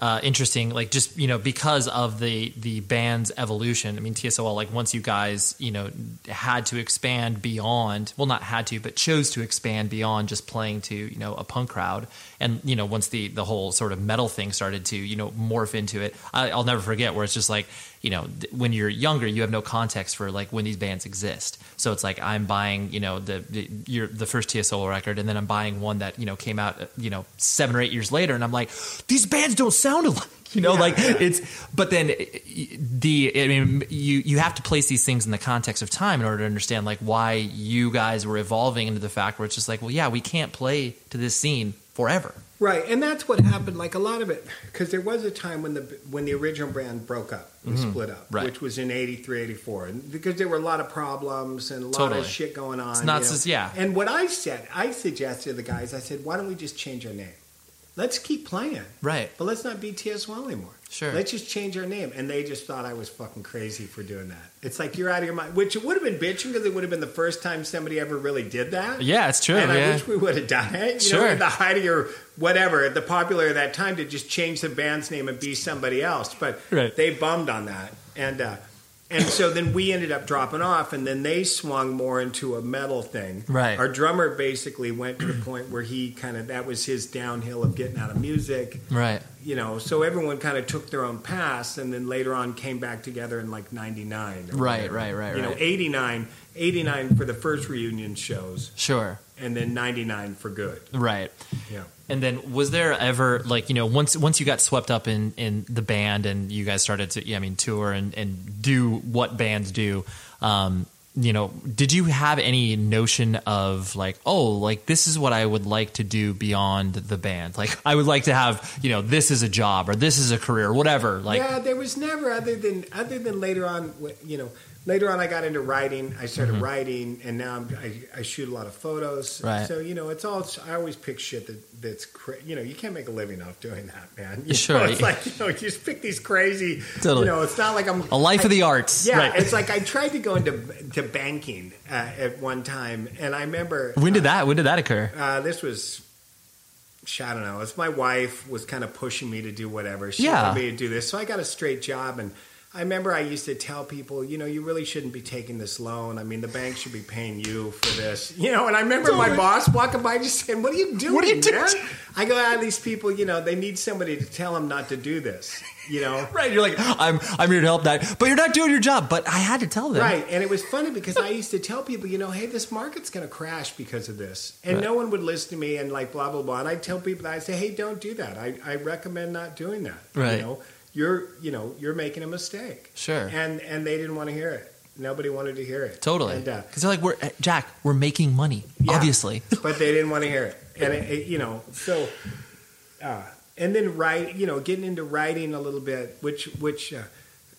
S2: uh, interesting, like just you know, because of the the band's evolution. I mean, TSOL, like once you guys you know had to expand beyond, well, not had to, but chose to expand beyond just playing to you know a punk crowd, and you know, once the the whole sort of metal thing started to you know morph into it, I, I'll never forget where it's just like you know, th- when you're younger, you have no context for like when these bands exist. So it's like I'm buying, you know, the, the your the first TSO record, and then I'm buying one that you know came out, uh, you know, seven or eight years later, and I'm like, these bands don't sound alike. <laughs> You know, like it's, but then it- it- the, I mean, you, you have to place these things in the context of time in order to understand like why you guys were evolving into the fact where it's just like, well, yeah, we can't play to this scene forever.
S3: Right, and that's what happened. Like a lot of it, because there was a time when the when the original brand broke up, and
S2: Mhm.
S3: split up,
S2: Right.
S3: which was in 83, 84. and because there were a lot of problems and a lot
S2: Totally.
S3: of shit going on.
S2: It's not
S3: you know.
S2: just- yeah.
S3: And what I said, I suggested to the guys, I said, why don't we just change our name? Let's keep playing,
S2: Right.
S3: but let's not be TSO anymore.
S2: Sure.
S3: Let's just change our name. And they just thought I was fucking crazy for doing that. It's like you're out of your mind, which it would have been bitching because it would have been the first time somebody ever really did that.
S2: Yeah, it's true.
S3: And I
S2: yeah.
S3: wish we would have done it. You
S2: Sure.
S3: know, at the height of your whatever, at the popular at that time, to just change the band's name and be somebody else. But
S2: Right.
S3: they bummed on that, and uh, and so then we ended up dropping off, and then they swung more into a metal thing.
S2: Right.
S3: Our drummer basically went to the point where he kind of that was his downhill of getting out of music.
S2: right.
S3: You know, so everyone kind of took their own paths, and then later on came back together in like '99.
S2: Right, right, right,
S3: You know,
S2: right.
S3: '89, '89 for the first reunion shows
S2: Sure.
S3: and then 99 for good.
S2: Right.
S3: Yeah.
S2: And then was there ever like you know once once you got swept up in in the band and you guys started to yeah, I mean tour and and do what bands do um you know did you have any notion of like oh like this is what I would like to do beyond the band like I would like to have you know this is a job or this is a career whatever like
S3: yeah, there was never other than other than later on, wh- you know, later on I got into writing. I started
S2: Mhm.
S3: writing, and now I'm, I, I shoot a lot of photos.
S2: Right.
S3: So you know, it's all I always pick shit that that's cra- you know you can't make a living off doing that, man. <laughs> You
S2: Sure.
S3: know, it's like you know you just pick these crazy.
S2: Totally.
S3: You know, it's not like I'm
S2: a life of the
S3: I-
S2: arts
S3: Yeah,
S2: right
S3: it's like I tried to go into to banking uh, at one time, and I remember
S2: when did
S3: uh,
S2: that when did that occur
S3: Uh, this was, sh- I don't know. It's my wife was kind of pushing me to do whatever. She
S2: Yeah.
S3: wanted me to do this, so I got a straight job, and I remember I used to tell people, you know, you really shouldn't be taking this loan. I mean, the bank should be paying you for this, <laughs> you know. And I remember my boss walking by just saying, "What are you doing,
S6: What are you doing?
S3: man?" I go, "Ah, these people, you know, they need somebody to tell them not to do this, you know."
S2: Right, you're like, I'm I'm here to help that, but you're not doing your job. But I had to tell them.
S3: Right. And it was funny because I used to tell people, you know, hey, this market's going to crash because of this. And
S2: Right.
S3: no one would listen to me and like blah, blah, blah. And I'd tell people that I'd say, hey, don't do that. I, I recommend not doing that.
S2: Right.
S3: You know, you're, you know, you're making a mistake.
S2: Sure.
S3: And, and they didn't want to hear it. Nobody wanted to hear it.
S2: Totally.
S3: And, uh,
S2: Because they're like, we're eh, Jack, we're making money, obviously.
S3: but they didn't want to hear it. And it, it- you know, so uh, and then write, you know, getting into writing a little bit, which which uh,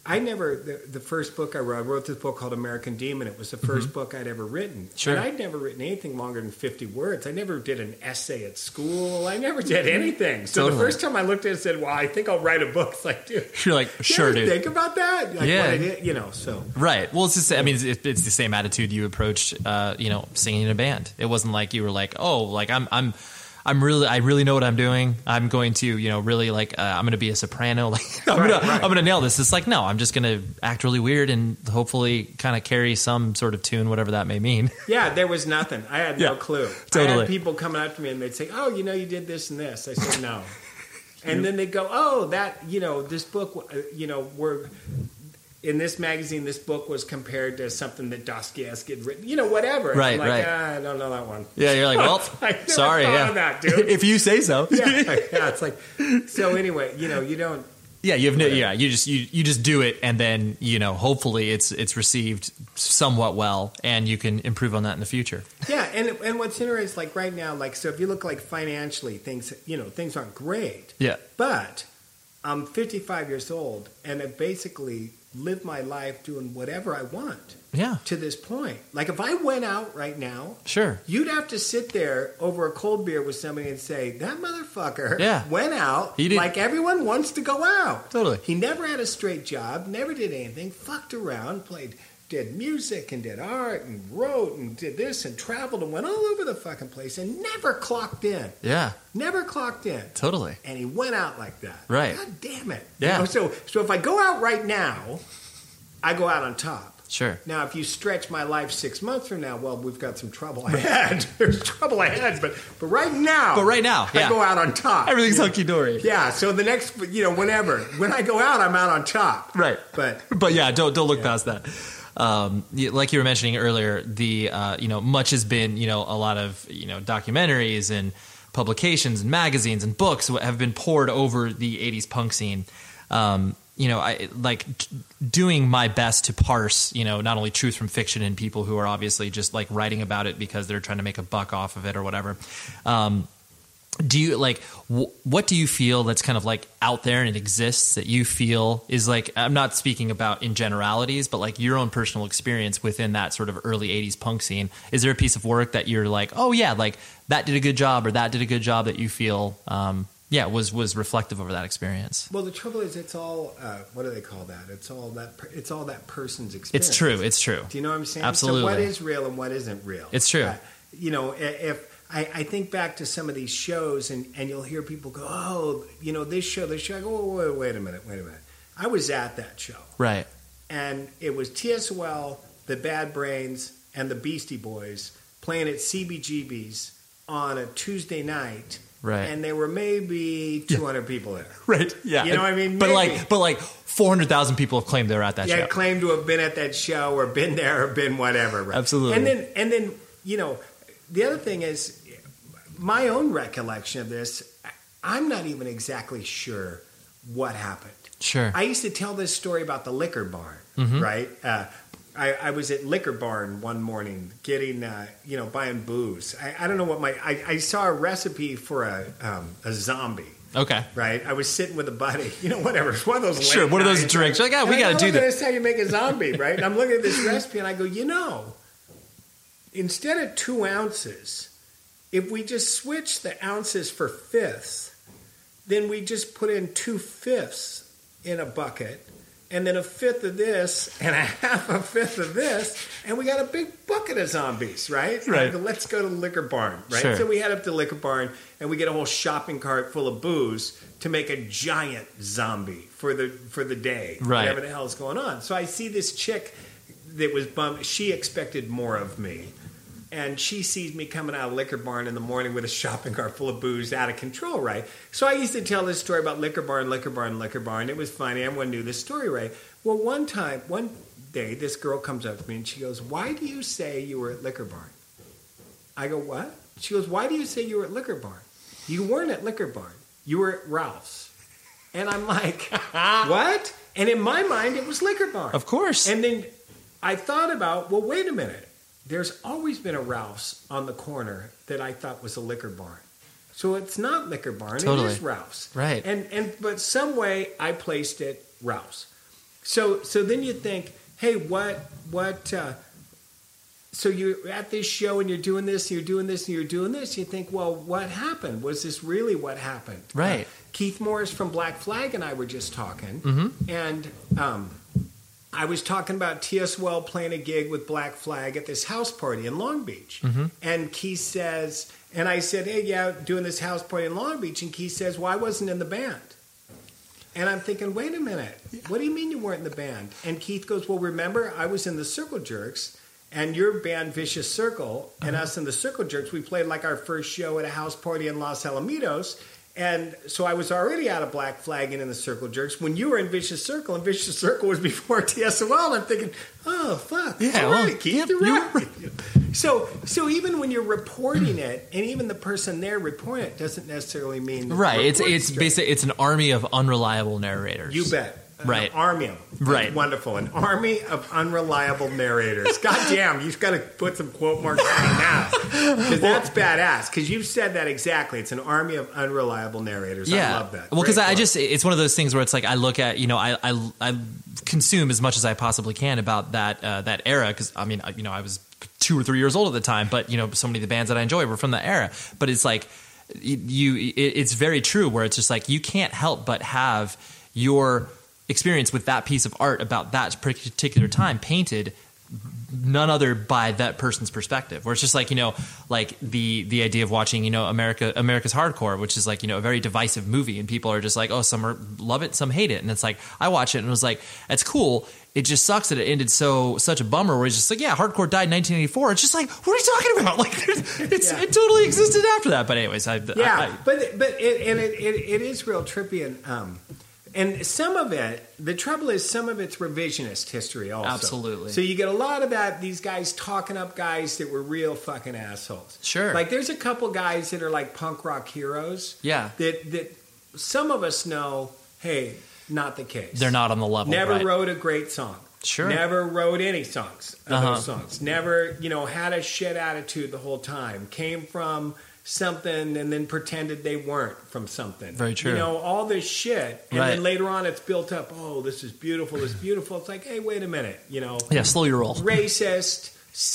S3: I never the, the first book I wrote, I wrote this book called American Demon. It was the 1st book I'd ever written.
S2: Mm-hmm. Sure.
S3: And I'd never written anything longer than 50 words. I never did an essay at school. I never did anything. So the
S2: Mm-hmm. Totally.
S3: first time I looked at it and said, "Well, I think I'll write a book." It's like, dude,
S2: <laughs> You're like,
S3: you
S2: sure,
S3: ever
S2: dude.
S3: Think about that? Like,
S2: Yeah.
S3: what I did, you know, so
S2: Right. Well, it's just, I mean, it's, it's the same attitude you approached, uh, you know, singing in a band. It wasn't like you were like, oh, like I'm, I'm, I'm really, I really know what I'm doing. I'm going to, you know, really like, uh, I'm going to be a soprano. <laughs> Like, I'm
S3: Right,
S2: going to,
S3: right.
S2: I'm going to nail this. It's like, no, I'm just going to act really weird and hopefully kind of carry some sort of tune, whatever that may mean.
S3: Yeah, there was nothing. I had no
S2: Yeah,
S3: clue. I
S2: totally.
S3: had people coming up to me and they'd say, "Oh, you know, you did this and this." I said,
S2: <laughs>
S3: "No," and then they'd go, "Oh, that you know, this book, uh, you know, we're in this magazine, this book was compared to something that Dostoevsky had written, you know, whatever." And
S2: Right,
S3: I'm like,
S2: right.
S3: ah, I don't know that one.
S2: Yeah. <laughs> You're like, well,
S3: I never
S2: sorry.
S3: thought
S2: yeah.
S3: of that,
S2: <laughs>
S3: dude.
S2: if you say so.
S3: yeah, <laughs> yeah, it's like so. Anyway, you know, you don't.
S2: Yeah, you have no. Yeah, you just you you just do it, and then you know, hopefully, it's it's received somewhat well, and you can improve on that in the future.
S3: Yeah, and and what's interesting is like right now, like so, if you look like financially, things you know, things aren't great.
S2: Yeah,
S3: But I'm 55 years old and I basically live my life doing whatever I want
S2: yeah,
S3: to this point. Like if I went out right now,
S2: sure.
S3: you'd have to sit there over a cold beer with somebody and say, that motherfucker
S2: Yeah.
S3: went out
S2: He did-
S3: like everyone wants to go out.
S2: Totally.
S3: He never had a straight job, never did anything, fucked around, played, did music and did art and wrote and did this and traveled and went all over the fucking place and never clocked in.
S2: Yeah,
S3: Never clocked in
S2: totally.
S3: and he went out like that.
S2: Right.
S3: God damn it.
S2: Yeah.
S3: You know, so so if I go out right now, I go out on top.
S2: Sure.
S3: Now, if you stretch my life six months from now, well, we've got
S2: <laughs>
S3: some trouble ahead. There's trouble ahead, but but right now,
S2: But right now,
S3: I
S2: yeah.
S3: go out on top.
S2: Everything's hunky dory.
S3: Yeah. So the next, you know, whenever when I go out, I'm out on top.
S2: Right.
S3: But
S2: But yeah, don't don't look past that. Um, y- like you were mentioning earlier, the uh, you know much has been you know a lot of you know documentaries and publications and magazines and books have been poured over the '80s punk scene. Um, you know, I like t- doing my best to parse you know not only truth from fiction and people who are obviously just like writing about it because they're trying to make a buck off of it or whatever. Um, do you like wh- what do you feel that's kind of like out there and it exists that you feel is like i'm not speaking about in generalities but like your own personal experience within that sort of early 80s punk scene is there a piece of work that you're like oh yeah like that did a good job or that did a good job that you feel um yeah was was reflective over that experience
S3: well, the trouble is, it's all uh, what do they call that? It's all that. per- It's all that person's experience.
S2: it's true it's true
S3: Do you know what I'm saying?
S2: Absolutely.
S3: So what is real and what isn't real?
S2: It's true.
S3: Uh, you know, i- if I, I think back to some of these shows and, and you'll hear people go, oh, you know, this show, this show. I go, "Whoa, wait, wait a minute, wait a minute. I was at that show
S2: right
S3: and it was TSOL, the Bad Brains, and the Beastie Boys playing at CBGB's on a Tuesday night.
S2: Right.
S3: And there were maybe 200 people there.
S2: <laughs> right yeah
S3: You know what I mean?
S2: but
S3: Maybe.
S2: like but like 400000 people have claimed they were at that
S3: yeah,
S2: show
S3: claimed to have been at that show or been there or been whatever. Right?
S2: Absolutely.
S3: And then and then you know, the other thing is my own recollection of this. I'm not even exactly sure what happened.
S2: sure
S3: I used to tell this story about the liquor barn,
S2: Mm-hmm.
S3: right? Uh, I, I was at liquor barn one morning getting, uh, you know, buying booze. I, I don't know what my, I, I saw a recipe for a, um, a zombie
S2: okay
S3: right? I was sitting with a buddy, <laughs> you know, whatever. It's one of those
S2: Sure,
S3: late
S2: one of those
S3: night-
S2: drinks. Like, ah,
S3: And
S2: we
S3: I go,
S2: gotta do
S3: "Look at
S2: that."
S3: This is how you make a zombie, right? And I'm looking at this recipe, and I go, you know, instead of two ounces, if we just switch the ounces for fifths, then we just put in two fifths in a bucket, and then a fifth of this, and a <laughs> half a fifth of this, and we got a big bucket of zombies, right?
S2: Right.
S3: Like, let's go to the liquor barn, right?
S2: Sure.
S3: So we head up to the liquor barn, and we get a whole shopping cart full of booze to make a giant zombie for the for the day,
S2: Right.
S3: Whatever the hell's going on. So I see this chick that was bummed. She expected more of me. And she sees me coming out of Liquor Barn in the morning with a shopping cart full of booze out of control, right? So I used to tell this story about Liquor Barn, Liquor Barn, Liquor Barn. It was funny. Everyone knew this story, right? Well, one time, one day, this girl comes up to me and she goes, Why do you say you were at Liquor Barn? I go, What? She goes, Why do you say you were at Liquor Barn? You weren't at Liquor Barn. You were at Ralph's. And I'm
S2: <laughs>
S3: like, What? And in my mind, it was Liquor Barn.
S2: Of course.
S3: And then I thought about, well, wait a minute. There's always been a Ralph's on the corner that I thought was a liquor barn. So it's not liquor barn,
S2: Totally.
S3: it is Ralph's.
S2: Right.
S3: And and but some way I placed it Ralph's. So so then you think, hey, what what uh so you're at this show and you're doing this and you're doing this and you're doing this. You think, well, what happened? Was this really what happened? Uh,
S2: Right.
S3: Keith Morris from Black Flag and I were just talking,
S2: Mm-hmm.
S3: and um, I was talking about T.S. Well playing a gig with Black Flag at this house party in Long Beach,
S2: Mm-hmm.
S3: and Keith says, and I said, hey, yeah, doing this house party in Long Beach, and Keith says, well, I wasn't in the band. And I'm thinking, wait a minute, what do you mean you weren't in the band? And Keith goes, well, remember, I was in the Circle Jerks, and your band Vicious Circle, and
S2: Uh-huh.
S3: us in the Circle Jerks, we played like our first show at a house party in Los Alamitos. And so I was already out of Black Flag and in the Circle Jerks when you were in Vicious Circle, and Vicious Circle was <laughs> before TSOL. I'm thinking, oh, fuck.
S2: Yeah,
S3: All
S2: well,
S3: right, Keith,
S2: yeah,
S3: you're
S2: you
S3: right. <laughs> So, so even when you're reporting it, and even the person there reporting it doesn't necessarily mean that the
S2: Right. It's
S3: report's
S2: it's
S3: straight.
S2: basically it's an army of unreliable narrators.
S3: You bet. An
S2: Right.
S3: army. of-
S2: Right.
S3: Wonderful. An army of unreliable narrators. God damn, you've got to put some quote marks on that. Because that's badass. Because you said that exactly. It's an army of unreliable narrators.
S2: Yeah.
S3: I love that.
S2: Well, because
S3: Great
S2: I, I
S3: work.
S2: just it's one of those things where it's like I look at you know I I, I consume as much as I possibly can about that uh, that era because I mean I- you know I was two or three years old at the time, but you know so many of the bands that I enjoy were from that era. But it's like you it, it's very true where it's just like you can't help but have your experience with that piece of art about that particular time painted none other by that person's perspective. Where it's just like you know, like the the idea of watching you know America America's Hardcore, which is like you know a very divisive movie, and people are just like, oh, some are, love it, some hate it, and it's like I watch it and it was like, that's cool. It just sucks that it ended so such a bummer. Where it's just like, yeah, hardcore died in 1984. It's just like, what are you talking about? <laughs> Like, there's- it's,
S3: Yeah.
S2: it totally existed after that. But anyways, I,
S3: yeah,
S2: I,
S3: but but it, and it, it, it is real trippy and um and some of it the trouble is some of it's revisionist history also
S2: Absolutely.
S3: so you get a lot of that these guys talking up guys that were real fucking assholes
S2: Sure.
S3: like there's a couple guys that are like punk rock heroes
S2: Yeah.
S3: that that some of us know hey not the case
S2: they're not on the level.
S3: Never
S2: right?
S3: wrote a great song.
S2: Sure.
S3: Never wrote any songs. Of
S2: Uh-huh.
S3: those songs. Never, you know, had a shit attitude the whole time. Came from something and then pretended they weren't from something.
S2: Very true.
S3: You know, all this shit, and
S2: Right.
S3: then later on, it's built up. Oh, this is beautiful. This is beautiful. It's like, hey, wait a minute. You know,
S2: Yeah, slow your roll.
S3: racist,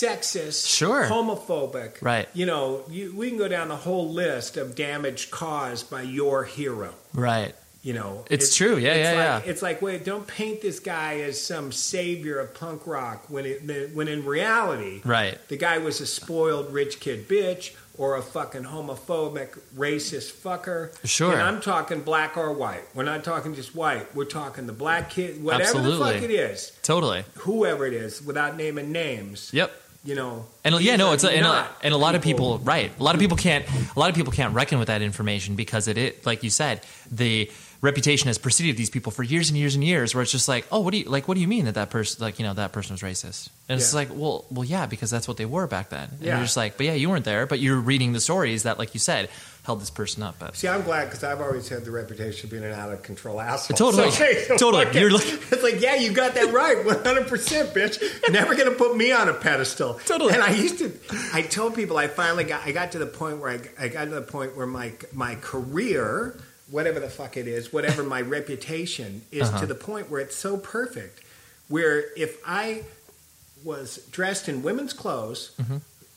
S3: sexist,
S2: Sure.
S3: homophobic.
S2: Right.
S3: You know, you, we can go down the whole list of damage caused by your hero.
S2: Right.
S3: You know,
S2: It's true. Yeah,
S3: it's
S2: yeah,
S3: like,
S2: yeah.
S3: It's like, wait, don't paint this guy as some savior of punk rock when it when in reality,
S2: Right.
S3: the guy was a spoiled rich kid bitch or a fucking homophobic racist fucker.
S2: Sure.
S3: And I'm talking black or white. We're not talking just white. We're talking the black kid, whatever the fuck
S2: Absolutely.
S3: it is,
S2: Totally.
S3: whoever it is, without naming names.
S2: Yep.
S3: You know,
S2: And yeah,
S3: these
S2: no,
S3: are
S2: it's a, and, a,
S3: not
S2: and a lot of people, right? A lot of people can't. A lot of people can't reckon with that information because it, it, like you said, the reputation has preceded these people for years and years and years. Where it's just like, oh, what do you like? What do you mean that that person, like you know, that person was racist? And it's
S3: Yeah.
S2: like, well, well, yeah, because that's what they were back then. And
S3: Yeah.
S2: you're just like, but yeah, you weren't there, but you're reading the stories that, like you said, held this person up. But
S3: See, I'm glad because I've always had the reputation of being an out of control asshole. <laughs>
S2: Totally. Totally.
S3: fuck it.
S2: You're like-
S3: <laughs> it's like, yeah, you got that right, 100, percent bitch. Never gonna put me on a pedestal.
S2: Totally.
S3: And I used to, I told people, I finally got, I got to the point where I, I got to the point where my my career, whatever the fuck it is, whatever
S7: <laughs>
S3: my reputation is,
S7: Uh-huh.
S3: to the point where it's so perfect, where if I
S7: Mm-hmm.
S3: was dressed in women's clothes,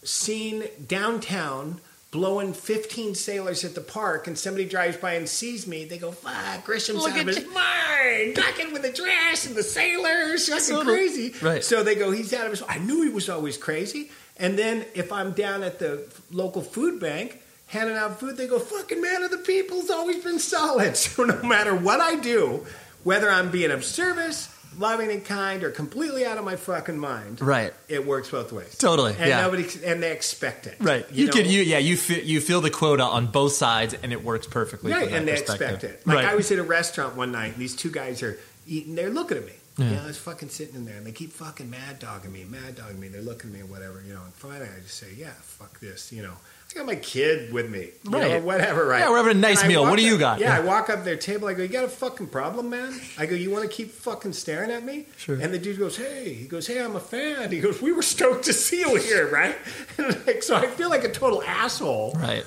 S3: seen downtown blowing 15 sailors at the park and somebody drives by and sees me, they go, fuck, Grisham's
S7: Look
S3: out of
S7: at
S3: his
S7: you."
S3: mind, fucking with the trash and the sailors, fucking
S7: Totally.
S3: crazy.
S7: Right.
S3: So they go, he's out of his, I knew he was always crazy. And then if I'm down at the f- local food bank, handing out food, they go, fucking man of the people's always been solid. <laughs> So no matter what I do, whether I'm being of service, loving and kind, or completely out of my fucking mind,
S2: Right.
S3: it works both ways.
S2: Totally,
S3: And
S2: yeah.
S3: nobody and they expect it.
S2: Right. You,
S3: know?
S2: could you yeah, you feel you feel the quota on both sides and it works perfectly.
S3: Right,
S2: from that
S3: and they
S2: perspective.
S3: expect it. Like
S2: right.
S3: I was at a restaurant one night, and these two guys are eating. They're looking at me.
S2: Yeah.
S3: You know, I was fucking sitting in there, and they keep fucking mad dogging me, mad dogging me. They're looking at me, and whatever. You know, and finally, I just say, "Yeah, fuck this." You know, I got my kid with me, you know,
S2: Right.
S3: or whatever. Right?
S2: Yeah, we're having a nice
S3: And I
S2: meal. What
S3: walk
S2: do you
S3: up-
S2: got?
S3: Yeah,
S2: Yeah.
S3: I walk up to their table. I go, "You got a fucking problem, man?" I go, "You want to keep fucking staring at me?"
S2: Sure.
S3: And the dude goes, "Hey," he goes, "Hey, I'm a fan." He goes, "We were stoked to see you here, <laughs> right?" And like, so I feel like a total asshole.
S2: Right.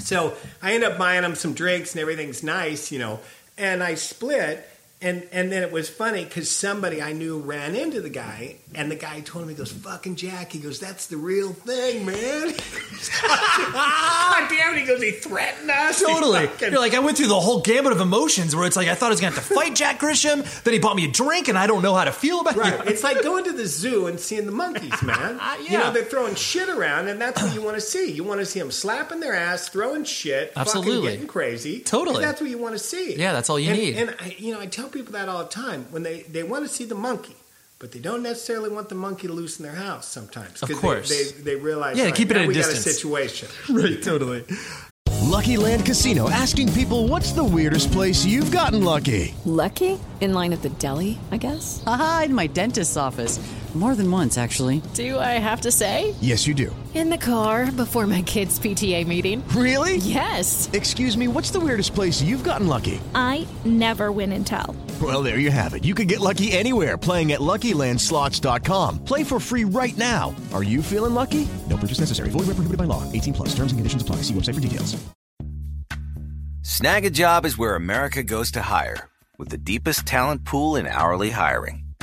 S3: So I end up buying them some drinks and everything's nice, you know. And I split, and and then it was funny because somebody I knew ran into the guy, and the guy told him he goes, "Fucking Jack," he goes, "That's the real thing, man." <laughs> God damn it! He goes, "He threatened us." <laughs>
S2: <laughs>
S3: He
S2: Totally.
S3: fucking-
S2: You're like, I went through the whole gamut of emotions where it's like I thought I was gonna have to fight Jack Grisham, then he bought me a drink and I don't know how to feel about
S3: Right.
S2: it.
S3: It's like going to the zoo and seeing the monkeys,
S2: <laughs>
S3: man.
S2: Uh,
S3: You know, they're throwing shit around, and that's what you want to see. You want to see them slapping their ass, throwing shit, fucking
S2: Absolutely.
S3: getting crazy.
S2: Totally.
S3: And that's what you want to see.
S2: Yeah, that's all you
S3: And-
S2: need.
S3: And, I, you know, I tell people that all the time when they, they want to see the monkey. But they don't necessarily want the monkey loose in their house sometimes. 'cause
S2: Of course.
S3: They, they, they realize,
S2: Yeah,
S3: "All right,
S2: keep it
S3: now
S2: at a
S3: we got a
S2: distance."
S3: situation.
S2: <laughs> right, totally.
S8: Lucky Land Casino asking people what's the weirdest place you've gotten lucky?
S5: Lucky? In line at the deli, I guess? Aha, in my dentist's office. More than once, actually.
S9: Do I have to say?
S8: Yes, you do.
S9: In the car before my kids' PTA meeting.
S8: Really?
S9: Yes.
S8: Excuse me, what's the weirdest place you've gotten lucky?
S10: I never win and tell.
S8: Well, there you have it. You can get lucky anywhere playing at LuckyLandSlots.com. Play for free right now. Are you feeling lucky? No purchase necessary. Void where prohibited by law. 18 plus. Terms and conditions apply. See website for details.
S11: Snag a job is where America goes to hire, with the deepest talent pool in hourly hiring.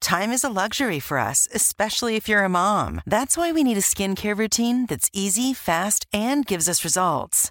S12: Time is a luxury for us, especially if you're a mom. That's why we need a skincare routine that's easy, fast, and gives us results.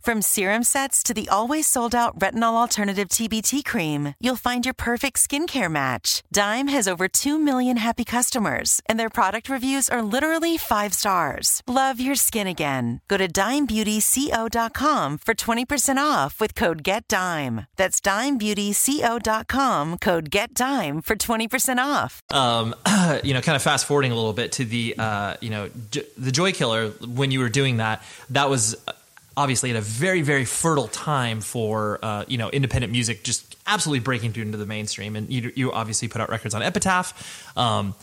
S12: From serum sets to the always sold out retinol alternative TBT cream, you'll find your perfect skincare match. Dime has over 2 million happy customers, and their product reviews are literally five stars. Love your skin again. Go to dimebeautyco.com for 20% off with code GETDIME. That's dimebeautyco.com, Um, code GETDIME for 20% off.
S2: um, you know, kind of fast forwarding a little bit to the, uh, you know, j- the Joy Killer. When you were doing that, that was uh, obviously at a very, very fertile time for, uh, you know, independent music just absolutely breaking through into the mainstream. And you, you obviously put out records on Epitaph. Um,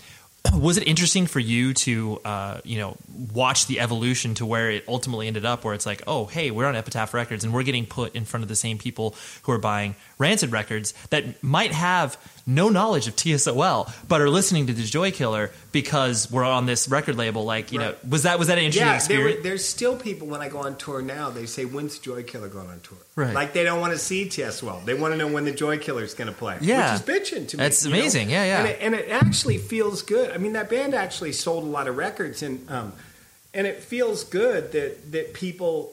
S2: was it interesting for you to, uh, you know, watch the evolution to where it ultimately ended up, where it's like, oh, hey, we're on Epitaph Records and we're getting put in front of the same people who are buying Rancid records that might have no knowledge of TSOL, but are listening to the Joy Killer because we're on this record label. Like, you know, was that was that an interesting
S3: yeah, there were-
S2: experience?
S3: there's still people when I go on tour now, they say, When's Joy Killer going on tour?
S2: Right.
S3: Like they don't want to see Tiesto. They want to know when the Joy Killer's going to play.
S2: Yeah.
S3: Which is bitching to me.
S2: That's
S3: you know?
S2: amazing. Yeah, yeah.
S3: And it, and it actually feels good. I mean, that band actually sold a lot of records, and um, and it feels good that that people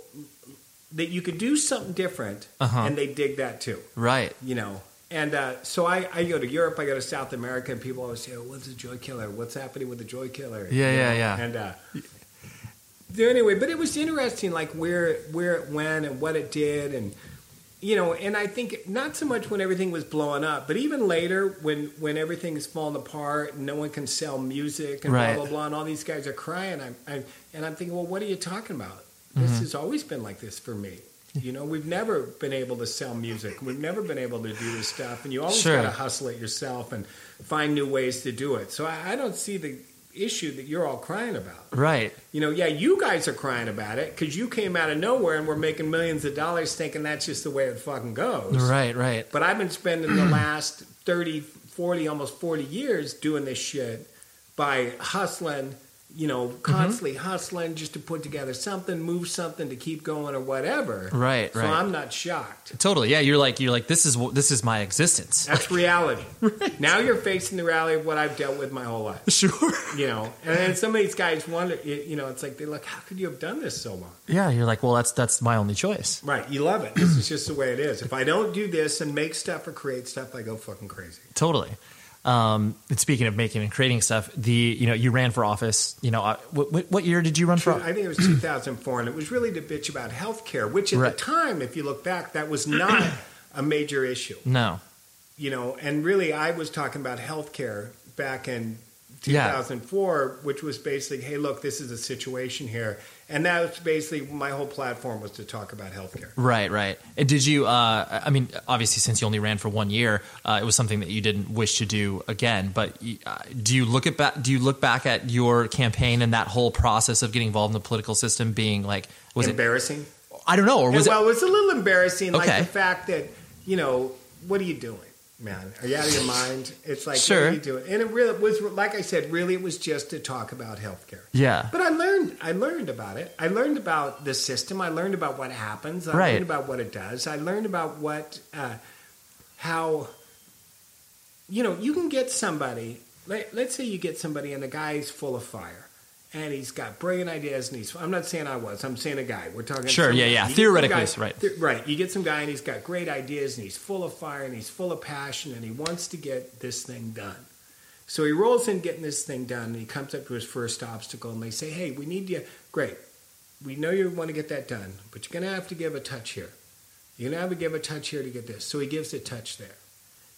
S3: that you could do something different,
S2: Uh-huh.
S3: and they dig that too.
S2: Right.
S3: You know. And uh, so I, I go to Europe, I go to South America, and people always say, oh, "What's the Joy Killer? What's happening with the Joy Killer?"
S2: Yeah,
S3: You
S2: yeah,
S3: know?
S2: yeah.
S3: And uh, so anyway, but it was interesting, like where where it went and what it did, and you know, and I think not so much when everything was blowing up, but even later when when everything's falling apart, and no one can sell music and
S2: Right.
S3: blah blah blah, and all these guys are crying. I'm, I'm and I'm thinking, well, what are you talking about? This
S2: Mhm.
S3: has always been like this for me. You know, we've never been able to sell music. We've never been able to do this stuff, and you always
S2: Sure.
S3: got to hustle it yourself and find new ways to do it. So I, I don't see the issue that you're all crying about.
S2: Right.
S3: You know, yeah, you guys are crying about it because you came out of nowhere and we're making millions of dollars thinking that's just the way it fucking goes.
S2: Right, right.
S3: But I've been spending the last 30, 40, almost 40 years doing this shit by hustling, you know,
S2: Mm-hmm.
S3: constantly hustling just to put together something, move something to keep going or whatever.
S2: Right,
S3: So
S2: right.
S3: I'm not shocked.
S2: Totally. Yeah, you're like you're like this is wh- this is my
S3: <laughs>
S2: existence. <laughs>
S3: That's reality. Now you're facing the reality of what I've dealt with my whole life.
S2: Sure.
S3: You know, and then some of these guys wonder, you know, it's like they're like, how could you have done this so long?
S2: Yeah, you're like, well, that's that's my only choice.
S3: Right. You love it. This is just the way it is. If I don't do this and make stuff or create stuff, I go fucking crazy.
S2: Totally. Um, and speaking of making and creating stuff, the you know you ran for office. You know, I, what, what year did you run for?
S3: I think it was 2004, and it was really to bitch about healthcare, which at
S2: Right.
S3: the time, if you look back, that was
S2: <clears throat>
S3: not a major issue.
S2: No.
S3: You know, and really, I was talking about healthcare back in
S2: Yeah.
S3: 2004, which was basically, hey, look, this is a situation here, and that was basically my whole platform was to talk about healthcare.
S2: Right, right. And did you? Uh, I mean, obviously, since you only ran for one year, uh, it was something that you didn't wish to do again. But y- uh, do you look at back? Do you look back at your campaign and that whole process of getting involved in the political system being like was
S3: embarrassing?
S2: It, I don't know, or was
S3: And, well,
S2: it?
S3: it was a little embarrassing,
S2: Okay.
S3: like the fact that you know, what are you doing, man? Are you out of your mind? It's like,
S2: Sure.
S3: what are you doing? And it really was, like I said, really, it was just to talk about healthcare.
S2: Yeah.
S3: But I learned, I learned about it. I learned about the system. I learned about what happens. I
S2: Right.
S3: learned about what it does. I learned about what, uh, how, you know, you can get somebody. Let, let's say you get somebody, and the guy's full of fire. And he's got brilliant ideas, and he's. I'm not saying I was. I'm saying a guy. We're talking.
S2: Sure,
S3: some
S2: yeah, yeah.
S3: guy. You get some
S2: Theoretically,
S3: guy-
S2: it's right.
S3: the- right. You get some guy, and he's got great ideas, and he's full of fire, and he's full of passion, and he wants to get this thing done. So he rolls in getting this thing done, and he comes up to his first obstacle, and they say, "Hey, we need you. Great, we know you want to get that done, but you're going to have to give a touch here. You're going to have to give a touch here to get this." So he gives a touch there,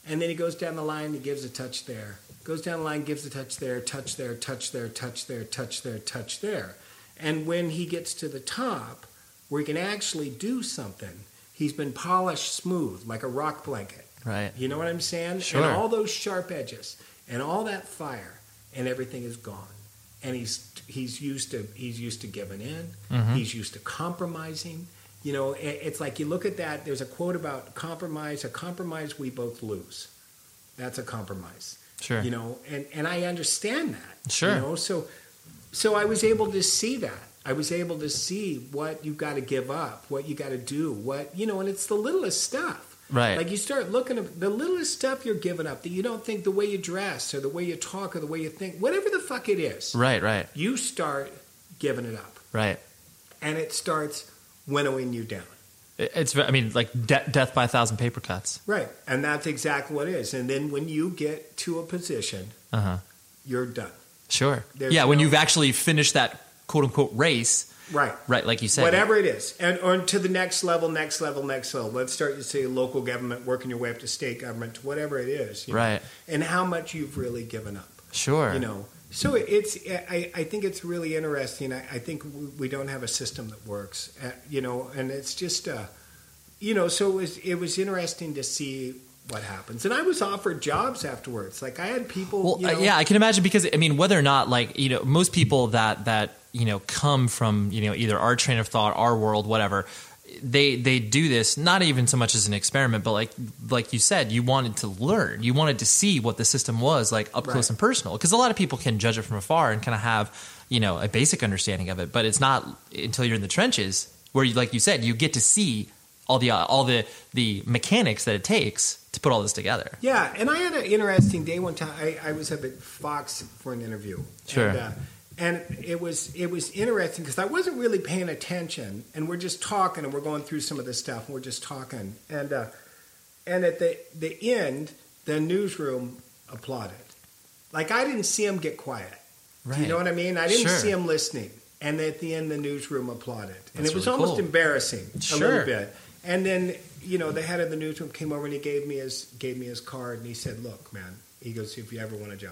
S3: and then he goes down the line, he gives a touch there, goes down the line, gives a touch there, touch there, touch there, touch there, touch there, touch there, and when he gets to the top, where he can actually do something, he's been polished smooth like a rock blanket.
S2: Right.
S3: You know what I'm saying?
S2: Sure.
S3: And all those sharp edges and all that fire and everything is gone. And he's he's used to he's used to giving in.
S2: Mhm.
S3: He's used to compromising. You know, i- it's like you look at that. There's a quote about compromise. A compromise we both lose. That's a compromise.
S2: Sure.
S3: You know, and and I understand that.
S2: Sure.
S3: You know, so so I was able to see that. I was able to see what you got to give up, what you got to do, what you know, and it's the littlest stuff.
S2: Right.
S3: Like you start looking at the littlest stuff you're giving up that you don't think the way you dress or the way you talk or the way you think, whatever the fuck it is,
S2: Right, right,
S3: you start giving it up.
S2: right.
S3: And it starts winnowing you down.
S2: It- It's. ve- I mean, like de- death by a thousand paper cuts.
S3: Right. And that's exactly what it is. And then when you get to a position,
S2: Uh huh.
S3: you're done.
S2: Sure.
S3: There's
S2: yeah, when
S3: no-
S2: you've actually finished that quote unquote race,
S3: Right.
S2: right? Like you said,
S3: Whatever it is, and or to the next level, next level, next level. Let's start to say local government, working your way up to state government, to whatever it is, you know,
S2: Right.
S3: and how much you've really given up.
S2: Sure.
S3: you know. So it- it's I, I think it's really interesting. I, I think we- we don't have a system that works, uh, you know, and it's just uh, you know. So it was it was interesting to see what happens, and I was offered jobs afterwards. Like I had people,
S2: Well,
S3: you
S2: uh,
S3: know,
S2: yeah, I can imagine because I mean, whether or not like you know, most people that that you know come from you know either our train of thought, our world, whatever, they they do this not even so much as an experiment, but like like you said, you wanted to learn, you wanted to see what the system was like up
S3: Right.
S2: close and personal, because a lot of people can judge it from afar and kind of have you know a basic understanding of it, but it's not until you're in the trenches where you like you said you get to see all the uh, all the the mechanics that it takes to put all this together.
S3: Yeah, and I had an interesting day one time. I, I was up at Fox for an interview.
S2: Sure.
S3: And, uh, and it was it was interesting because I wasn't really paying attention, and we're just talking, and we're going through some of this stuff, and we're just talking, and uh, and at the the end, the newsroom applauded. Like I didn't see him get quiet. Do you
S2: Right.
S3: know what I mean? I didn't
S2: Sure.
S3: see him listening, and at the end, the newsroom applauded, and
S2: That's
S3: it was
S2: really
S3: almost
S2: cool.
S3: embarrassing a
S2: Sure.
S3: little bit. And then you know the head of the newsroom came over and he gave me his gave me his card and he said, "Look, man," he goes, "If you ever want a job,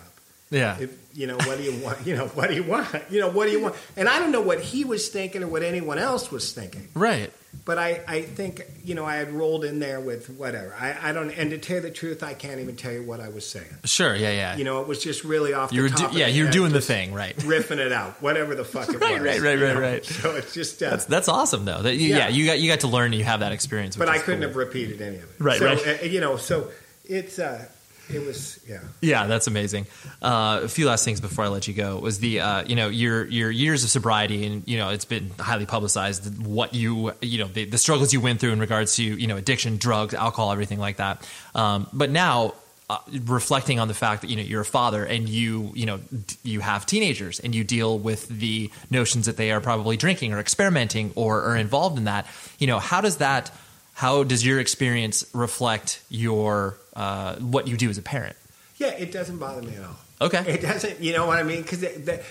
S2: Yeah.
S3: if, you know what do you want? You know what do you want? You know what do you want?" And I don't know what he was thinking or what anyone else was thinking,
S2: Right.
S3: but I I think you know I had rolled in there with whatever. I I don't and to tell you the truth, I can't even tell you what I was saying.
S2: Sure. Yeah. Yeah.
S3: You know, it was just really off.
S2: You were
S3: the
S2: do,
S3: top of
S2: yeah.
S3: the
S2: You're
S3: head,
S2: doing the
S3: just
S2: thing. Right.
S3: ripping it out, whatever the fuck it
S2: <laughs> Right,
S3: was.
S2: right, right,
S3: you
S2: right,
S3: know?
S2: right.
S3: So it's just uh,
S2: That's that's awesome though. That you, yeah.
S3: Yeah.
S2: You got you got to learn. You have that experience.
S3: but
S2: which
S3: I
S2: is
S3: couldn't
S2: cool.
S3: have repeated any of it.
S2: Right,
S3: so,
S2: right.
S3: uh, you know, so it's uh, it was yeah.
S2: Yeah, that's amazing. Uh, a few last things before I let you go was the uh, you know your your years of sobriety and you know it's been highly publicized what you you know the, the struggles you went through in regards to you know addiction, drugs, alcohol, everything like that. Um, but now uh, reflecting on the fact that you know you're a father and you you know d- you have teenagers and you deal with the notions that they are probably drinking or experimenting or are involved in that. You know how does that how does your experience reflect your uh, what you do as a parent?
S3: Yeah, it doesn't bother me at all.
S2: Okay.
S3: It doesn't, you know what I mean? Because it, that-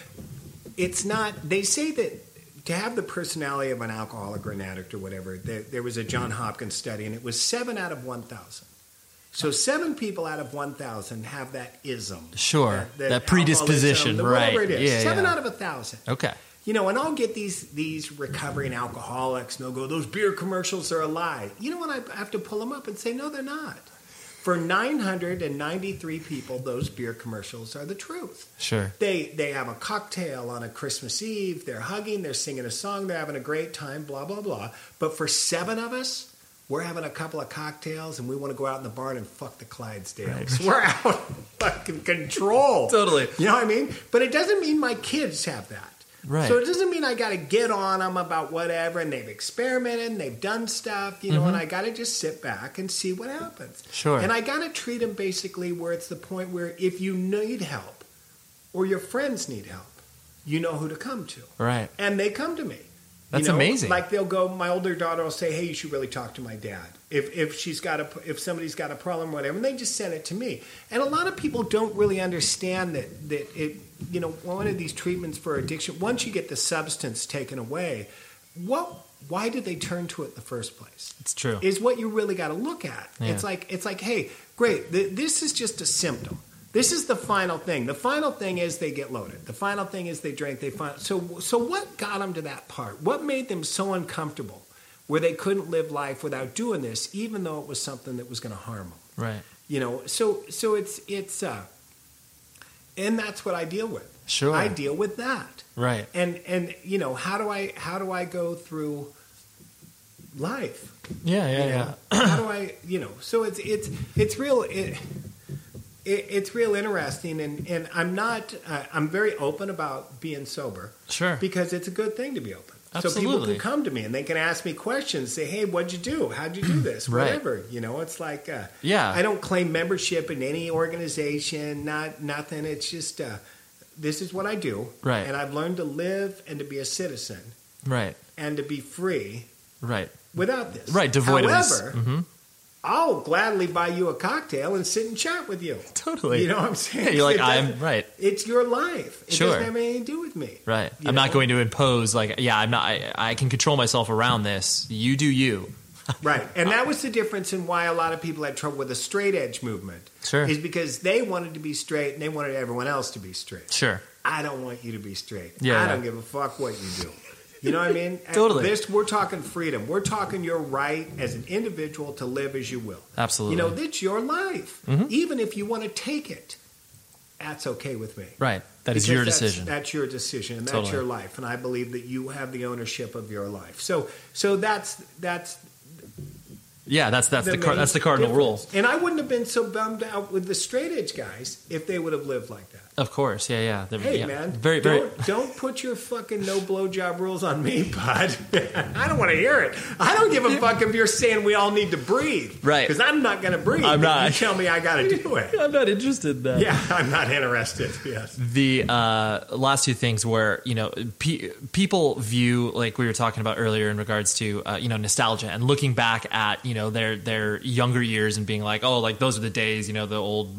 S3: it's not, they say that to have the personality of an alcoholic or an addict or whatever, there, there was a
S2: Mm-hmm.
S3: John Hopkins study and it was seven out of 1,000. So seven people out of 1,000 have that ism.
S2: Sure.
S3: that
S2: That predisposition,
S3: alcoholism, the- whatever
S2: right.
S3: it is.
S2: Yeah,
S3: seven
S2: yeah.
S3: out of a 1,000.
S2: Okay.
S3: You know, and I'll get these these recovering alcoholics, and they'll go, "Those beer commercials are a lie." You know what? I have to pull them up and say, "No, they're not." For 993 people, those beer commercials are the truth.
S2: Sure.
S3: They they have a cocktail on a Christmas Eve. They're hugging. They're singing a song. They're having a great time. Blah blah blah. But for seven of us, we're having a couple of cocktails, and we want to go out in the barn and fuck the Clydesdales. We're out of fucking control.
S2: Totally.
S3: You know what I mean? But it doesn't mean my kids have that.
S2: Right.
S3: So it doesn't mean I got to get on them about whatever, and they've experimented, and they've done stuff, you know,
S2: Mhm.
S3: and I got to just sit back and see what happens.
S2: Sure.
S3: And I got to treat them basically where it's the point where if you need help or your friends need help, you know who to come to,
S2: Right.
S3: and they come to me. you
S2: That's
S3: know?
S2: amazing.
S3: Like they'll go. My older daughter will say, "Hey, you should really talk to my dad if if she's got a if somebody's got a problem, or whatever." And they just send it to me. And a lot of people don't really understand that that it you know one of these treatments for addiction. Once you get the substance taken away, what why did they turn to it in the first place?
S2: It's true.
S3: Is what you really got to look at.
S2: Yeah.
S3: It's like it's like, hey, great. Th- this is just a symptom. This is the final thing. The final thing is they get loaded. The final thing is they drink. They find so so. What got them to that part? What made them so uncomfortable, where they couldn't live life without doing this, even though it was something that was going to harm them?
S2: Right.
S3: You know. So so it's it's uh, and that's what I deal with.
S2: Sure.
S3: I deal with that
S2: Right.
S3: and and you know how do i how do i go through life
S2: Yeah. Yeah.
S3: You
S2: Yeah.
S3: know, how do i you know so it's it's it's real it, it, it's real interesting and and i'm not uh, i'm very open about being sober
S2: Sure.
S3: because it's a good thing to be open so people
S2: Absolutely.
S3: can come to me and they can ask me questions say hey what'd you do how'd you do
S2: <clears throat>
S3: this
S2: Right.
S3: whatever you know it's like uh,
S2: Yeah.
S3: i don't claim membership in any organization not nothing it's just uh, this is what i do
S2: Right.
S3: and i've learned to live and to be a citizen
S2: Right.
S3: and to be free
S2: Right.
S3: without this.
S2: Right. Devoid
S3: However,
S2: of this. hmm
S3: I'll gladly buy you a cocktail and sit and chat with you.
S2: Totally.
S3: You know what <laughs> I'm saying?
S2: Yeah, you're like
S3: It
S2: I'm
S3: doesn't-
S2: right.
S3: It's your life. It
S2: Sure.
S3: doesn't have anything to do with me.
S2: Right.
S3: You
S2: I'm not
S3: know?
S2: going to impose like yeah I'm not I, I can control myself around this. You do you.
S3: Right. And that was the difference in why a lot of people had trouble with the straight edge movement.
S2: Sure.
S3: Is because they wanted to be straight and they wanted everyone else to be straight.
S2: Sure.
S3: I don't want you to be straight.
S2: Yeah,
S3: I
S2: yeah.
S3: don't give a fuck what you do. You know what I
S2: <laughs>
S3: mean?
S2: Totally.
S3: This we're talking freedom. We're talking your right as an individual to live as you will.
S2: Absolutely.
S3: You know, that's your life.
S2: Mhm.
S3: Even if you want to take it, that's okay with me.
S2: right. That is
S3: Because
S2: your
S3: that's-
S2: decision.
S3: That's your decision, and that's
S2: Totally.
S3: your life. And I believe that you have the ownership of your life. So, so that's that's
S2: yeah. That's that's the, car,
S3: main
S2: that's the cardinal
S3: difference. And I wouldn't have been so bummed out with the straight edge guys if they would have lived like that.
S2: rule. Of course, yeah, yeah. They're-
S3: Hey
S2: yeah.
S3: man,
S2: very, very.
S3: Don't, don't put your fucking no blowjob rules on me, bud. <laughs> I don't want to hear it. I don't give a fuck if you're saying we all need to breathe,
S2: Right.
S3: Because I'm not going to breathe.
S2: I'm
S3: if
S2: not.
S3: You tell me I got to do
S2: <laughs>
S3: it. <laughs>
S2: I'm not interested in that.
S3: Yeah, I'm not interested. Yes.
S2: the uh, last two things where you know pe- people view like we were talking about earlier in regards to uh, you know nostalgia and looking back at you know their their younger years and being like oh like those are the days you know the old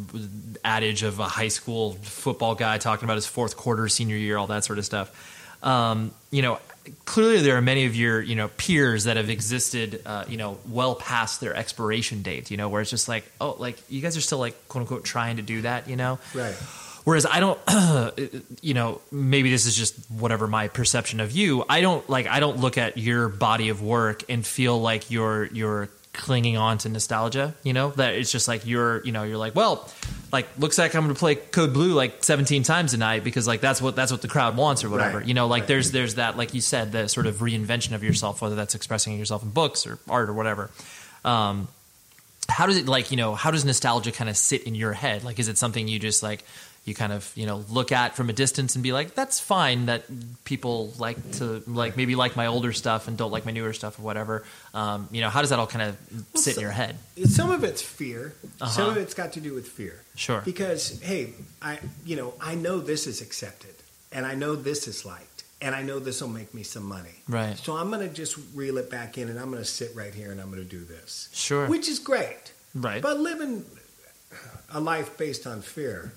S2: adage of a high school football guy talking about his fourth quarter senior year all that sort of stuff um, you know clearly there are many of your you know peers that have existed uh, you know well past their expiration date you know where it's just like oh like you guys are still like quote unquote trying to do that you know
S3: Right.
S2: Whereas I don't, <clears throat> you know, maybe this is just whatever my perception of you. I don't like I don't look at your body of work and feel like you're you're clinging on to nostalgia. You know that it's just like you're you know you're like well, like looks like I'm going to play Code Blue like 17 times tonight because like that's what that's what the crowd wants or whatever.
S4: Right,
S2: You know like
S4: right.
S2: there's there's that like you said the sort of reinvention of yourself whether that's expressing yourself in books or art or whatever. Um, how does it like you know how does nostalgia kind of sit in your head like is it something you just like you kind of you know look at from a distance and be like that's fine that people like to like maybe like my older stuff and don't like my newer stuff or whatever um, you know how does that all kind of
S3: Well,
S2: sit
S3: so-
S2: in your head
S3: Some of it's fear.
S2: Uh-huh.
S3: Some of it's got to do with fear.
S2: Sure.
S3: Because hey, I you know I know this is accepted, and I know this is liked, and I know this will make me some money.
S2: right
S3: So I'm going to just reel it back in, and I'm going to sit right here, and I'm going to do this,
S2: sure
S3: which is great.
S2: right
S3: But living a life based on fear,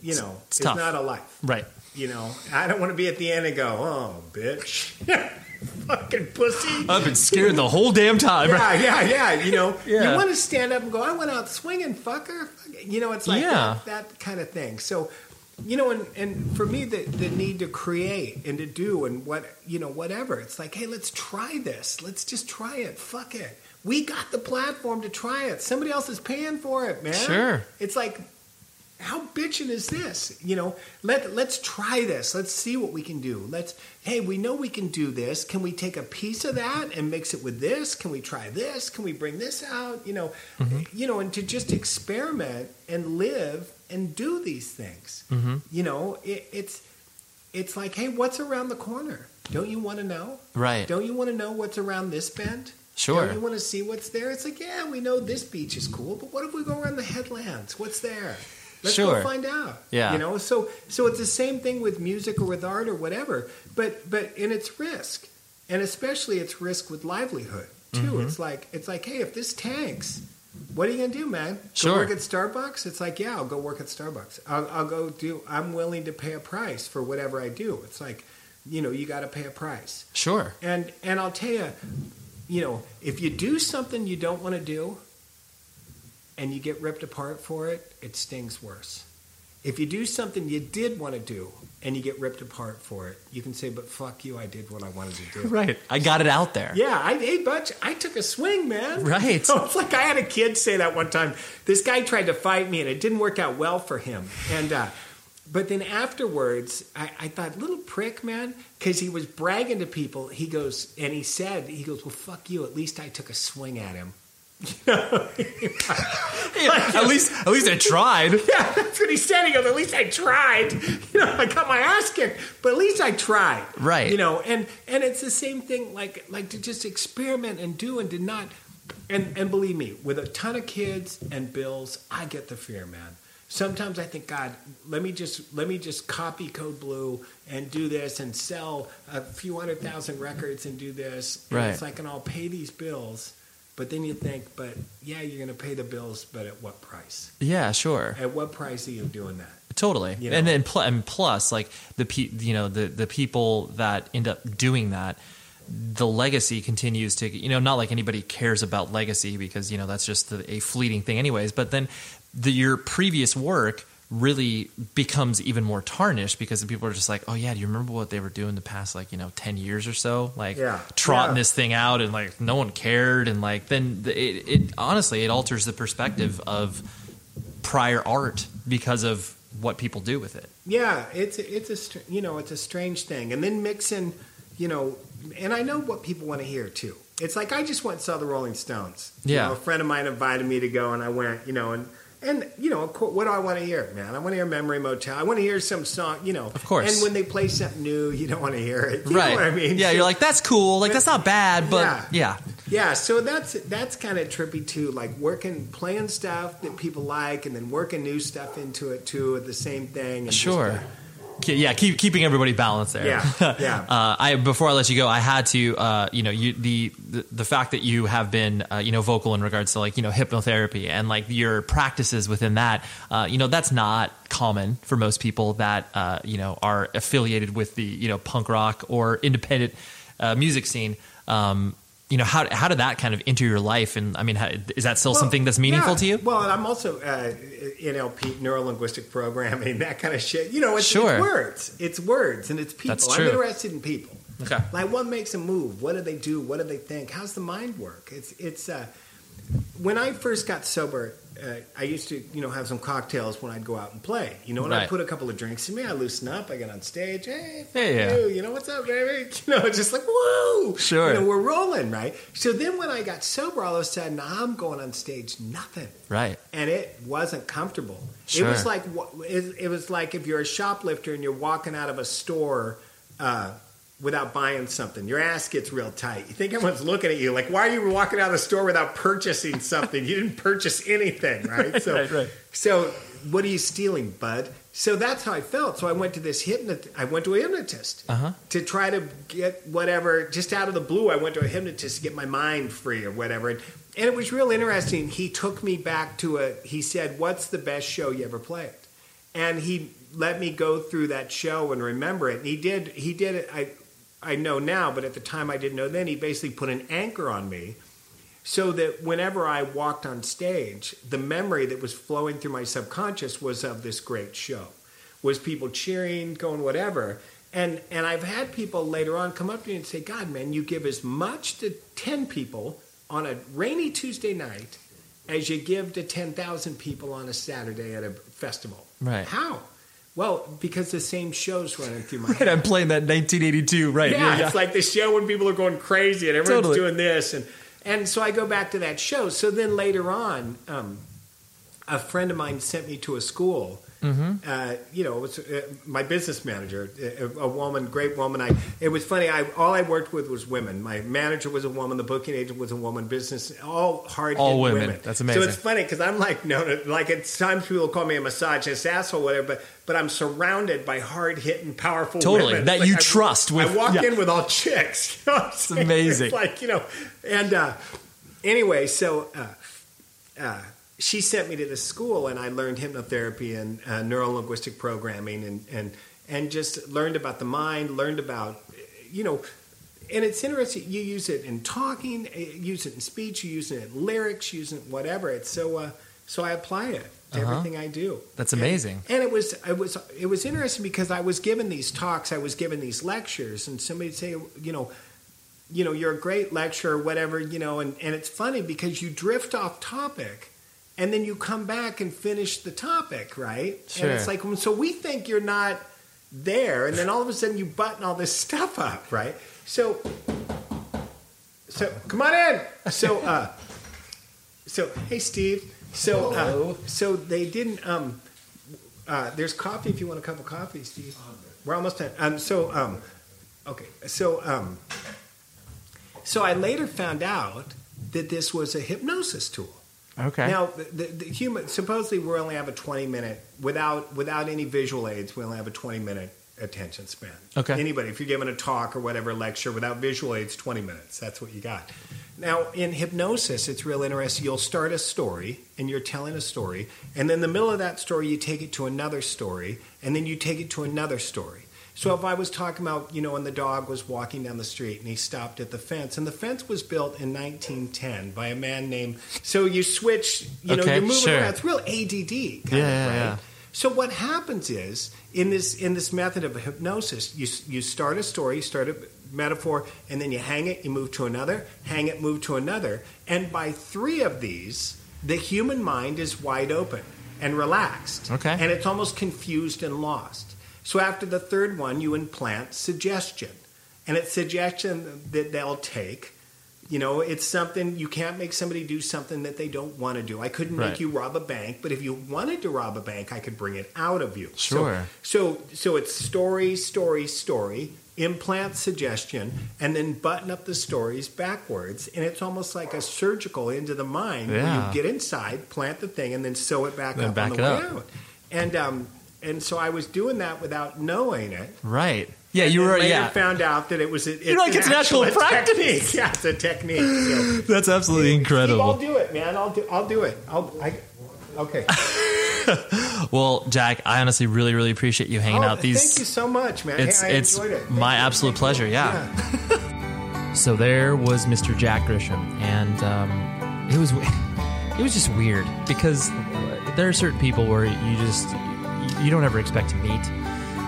S3: you know,
S2: It's
S3: it's,
S2: tough.
S3: not a life.
S2: right
S3: You know, I don't want to be at the end and go, oh, bitch, <laughs> fucking pussy.
S2: i've been scared the whole damn time
S3: Yeah, yeah, yeah. You know,
S2: Yeah.
S3: you want to stand up and go, I went out swinging, fucker. Fuck- You know, it's like
S2: Yeah.
S3: that, that kind of thing. So, you know, and, and for me, the, the need to create and to do and what, you know, whatever, it's like, hey, let's try this. Let's just try it. Fuck it. We got the platform to try it. Somebody else is paying for it, man.
S2: Sure.
S3: It's like, how bitching is this? You know, let let's try this. Let's see what we can do. Let's hey, we know we can do this. Can we take a piece of that and mix it with this? Can we try this? Can we bring this out? You know,
S2: Mm-hmm.
S3: you know, and to just experiment and live and do these things.
S2: mm-hmm.
S3: You know, it, it's it's like, hey, what's around the corner? Don't you want to know?
S2: right
S3: Don't you want to know what's around this bend?
S2: Sure.
S3: Don't you want to see what's there? It's like, yeah, we know this beach is cool, but what if we go around the headlands? What's there? Let's
S2: Sure.
S3: go find out.
S2: Yeah.
S3: You know, so so it's the same thing with music or with art or whatever, but but and it's risk. And especially it's risk with livelihood too.
S2: Mhm.
S3: It's like it's like, hey, if this tanks, what are you gonna do, man? Go
S2: Sure.
S3: work at Starbucks? It's like, yeah, I'll go work at Starbucks. I'll, I'll go do. I'm willing to pay a price for whatever I do. It's like, you know, you got to pay a price.
S2: sure
S3: And and I'll tell you, you know, if you do something you don't want to do, and you get ripped apart for it, it stings worse. If you do something you did want to do and you get ripped apart for it, you can say, "But fuck you, I did what I wanted to do."
S2: right i got it out there
S3: Yeah, Oh, I hey, Butch, I took a swing, man. <laughs>
S2: Right.
S3: So it's like I had a kid say that one time. This guy tried to fight me, and it didn't work out well for him. And uh, but then afterwards, I, I thought, little prick, man, because he was bragging to people. He goes and he said, he goes, "Well, fuck you. At least I took a swing at him."
S2: <laughs> at least at least i
S3: <laughs>
S2: tried
S3: Yeah, that's what he said. He goes, at least I tried. <laughs> You know, I got my ass kicked, but at least I tried.
S2: Right.
S3: You know, and and it's the same thing. Like like to just experiment and do and to not. And and believe me, with a ton of kids and bills, I get the fear, man. Sometimes I think, God, let me just let me just copy Code Blue and do this and sell a few hundred thousand records and do this. And
S2: Right.
S3: It's like, and I'll pay these bills. But then you think, but yeah, you're going to pay the bills, but at what price?
S2: yeah sure
S3: At what price are you doing that?
S2: Totally,
S3: You
S2: and
S3: know?
S2: then pl- and plus, like the pe- you know the the people that end up doing that, the legacy continues to you know not like anybody cares about legacy because you know that's just the, a fleeting thing anyways. But then the, your previous work really becomes even more tarnished because the people are just like, oh yeah, do you remember what they were doing the past like you know ten years or so, like
S3: Yeah.
S2: trotting
S3: Yeah.
S2: this thing out and like no one cared and like then the, it, it honestly it alters the perspective of prior art because of what people do with it.
S3: Yeah, it's it's a str- you know it's a strange thing, and then mixing, you know, and I know what people want to hear too. It's like I just went and saw the Rolling Stones. You
S2: Yeah.
S3: know, a friend of mine invited me to go, and I went. You know, and And you know, of cour- what do I want to hear, man? I want to hear Memory Motel. I want to hear some song, you know. Of
S13: course.
S3: And when they play something new, you don't want to hear it. You
S13: right.
S3: Know what I mean,
S13: Yeah, you're like that's cool. Like that's not bad, but
S3: Yeah.
S13: yeah.
S3: yeah. So that's that's kind of trippy too. Like working, playing stuff that people like, and then working new stuff into it too, at the same thing. And
S13: Sure. Ke- Yeah, keep, keeping everybody balanced there. <laughs>
S3: Yeah, yeah.
S13: uh, I before I let you go, I had to, uh, you know, you, the, the the fact that you have been, uh, you know, vocal in regards to like you know hypnotherapy and like your practices within that, uh, you know, that's not common for most people that uh, you know are affiliated with the you know punk rock or independent uh, music scene. Um, you know, how how did that kind of enter your life? And I mean, how, is that still
S3: Well,
S13: something that's meaningful
S3: yeah.
S13: to you?
S3: Well, and I'm also uh, NLP, neuro linguistic programming, <laughs> that kind of shit. You know, it's,
S13: Sure.
S3: it's words. It's words and it's people.
S13: That's
S3: I'm
S13: true.
S3: interested in people.
S13: Okay.
S3: Like what makes them move? What do they do? What do they think? How's the mind work? It's it's uh, when I first got sober, uh, I used to you know have some cocktails when I'd go out and play. You know, and I
S13: Right.
S3: put a couple of drinks in me. I loosen up. I get on stage. Hey,
S13: Yeah, yeah.
S3: hey, you know what's up, baby? <laughs> You know, just like woo.
S13: Sure.
S3: You know, we're rolling, right? So then when I got sober, all of a sudden I'm going on stage, nothing
S13: Right.
S3: and it wasn't comfortable. It
S13: Sure.
S3: was like wa- it it was like if you're a shoplifter and you're walking out of a store uh, without buying something, your ass gets real tight. You think everyone's looking at you like, why are you walking out of the store without purchasing something? you didn't purchase <laughs> anything, right? so, so what are you stealing, bud? So that's how I felt. So I went to this hypnot. I went to a hypnotist
S13: Uh huh.
S3: to try to get whatever just out of the blue i went to a hypnotist to get my mind free or whatever and, and it was real interesting he took me back to a he said what's the best show you ever played and he let me go through that show and remember it and he did he did it i i know now but at the time i didn't know then he basically put an anchor on me so that whenever i walked on stage the memory that was flowing through my subconscious was of this great show was people cheering going whatever and and I've had people later on come up to me and say, "God, man, you give as much to ten people on a rainy Tuesday night as you give to ten thousand people on a Saturday at a festival."
S13: Right.
S3: How? Well, because the same show's running
S2: <laughs>
S3: through my
S13: Right. I'm playing that 1982. Right.
S3: yeah, it's like the show when people are going crazy and everyone's
S13: Totally.
S3: doing this, and and so I go back to that show. So then later on, um, a friend of mine sent me to a school.
S13: Mm-hmm.
S6: Mhm.
S3: Uh, you know, it was uh, my business manager, uh, a, a woman, great woman. I it was funny. I all I worked with was women. My manager was a woman. The booking agent was a woman. Business all hard
S13: All
S3: hit
S13: women. That's
S3: So
S13: amazing.
S3: it's funny because I'm like no, no, like at times people call me a misogynist asshole, whatever. But but I'm surrounded by hard hitting, powerful
S13: Totally,
S3: women.
S13: that
S3: Like,
S13: you
S3: I-
S13: trust with-
S3: I walk
S13: yeah.
S3: in with all chicks. <laughs> You know what I'm
S13: It's
S3: saying?
S13: amazing.
S3: It's like you know, and uh, anyway, so uh, uh, she sent me to this school, and I learned hypnotherapy and uh, neurolinguistic programming, and and and just learned about the mind, learned about you know. And it's interesting. You use it in talking, you use it in speech, you use it in lyrics, you use it in whatever. It's so. Uh, so I apply it to
S13: Uh-huh.
S3: everything I do.
S13: That's amazing.
S3: And it was it was it was interesting because I was given these talks, I was given these lectures, and somebody'd say, you know, you know, you're a great lecturer, whatever, you know, and, and it's funny because you drift off topic and then you come back and finish the topic, right?
S13: Sure.
S3: And it's like so we think you're not there, and then all of a sudden you button all this <laughs> stuff up, right? So so come on in. So uh so hey Steve. So uh, so they didn't um uh, there's coffee if you want a cup of coffee, Steve. We're almost done. Um, so, um, okay. So, um, so I later found out that this was a hypnosis tool.
S13: Okay.
S3: Now, the, the, the human supposedly we only have a 20 minute without without any visual aids. We only have a 20 minute attention span.
S13: Okay.
S3: Anybody, if you're giving a talk or whatever lecture without visual aids, 20 minutes. That's what you got. Now, in hypnosis, it's real interesting. You'll start a story and you're telling a story, and then the middle of that story, you take it to another story, and then you take it to another story. So if I was talking about, you know, and the dog was walking down the street and he stopped at the fence, and the fence was built in 1910 by a man named. So you switch, you know,
S13: Okay,
S3: you're moving
S13: sure.
S3: around. It's real ADD. Kind
S13: Yeah,
S3: of,
S13: yeah,
S3: right?
S13: yeah.
S3: So what happens is in this in this method of hypnosis, you you start a story, you start a metaphor, and then you hang it, you move to another, hang it, move to another, and by three of these, the human mind is wide open and relaxed,
S13: Okay.
S3: and it's almost confused and lost. So after the third one, you implant suggestion, and it's suggestion that they'll take You know, it's something you can't make somebody do something that they don't want to do. I couldn't
S2: Right.
S3: make you rob a bank, but if you wanted to rob a bank, I could bring it out of you. So-
S2: Sure.
S3: So, so, it's story, story, story, implant suggestion, and then button up the stories backwards. And it's almost like a surgical into the mind where
S2: Yeah.
S3: you get inside, plant the thing, and then sew it back
S2: Then
S3: up
S2: back
S3: on
S2: it
S3: the way
S2: up.
S3: out. And um, and so I was doing that without knowing it.
S2: Right. Yeah, you were.
S3: Later
S2: Yeah.
S3: found out that it was. A, it's
S2: You're like,
S3: an
S2: "It's natural
S3: actual
S2: practice."
S3: Technique. <laughs> Yeah, it's a technique. So.
S2: <laughs> That's absolutely
S3: Steve, I'll
S2: incredible.
S3: do it, man. I'll do. I'll do it. I'll. I, okay.
S2: Well, Jack, I honestly really, really appreciate you hanging
S3: Oh,
S2: out. These
S3: Thank you so much, man.
S2: It's
S3: Hey, I
S2: it's
S3: enjoyed it.
S2: my absolute pleasure. Yeah. <laughs> so there was Mr. Jack Grisham, and um, it was <laughs> it was just weird because there are certain people where you just you don't ever expect to meet,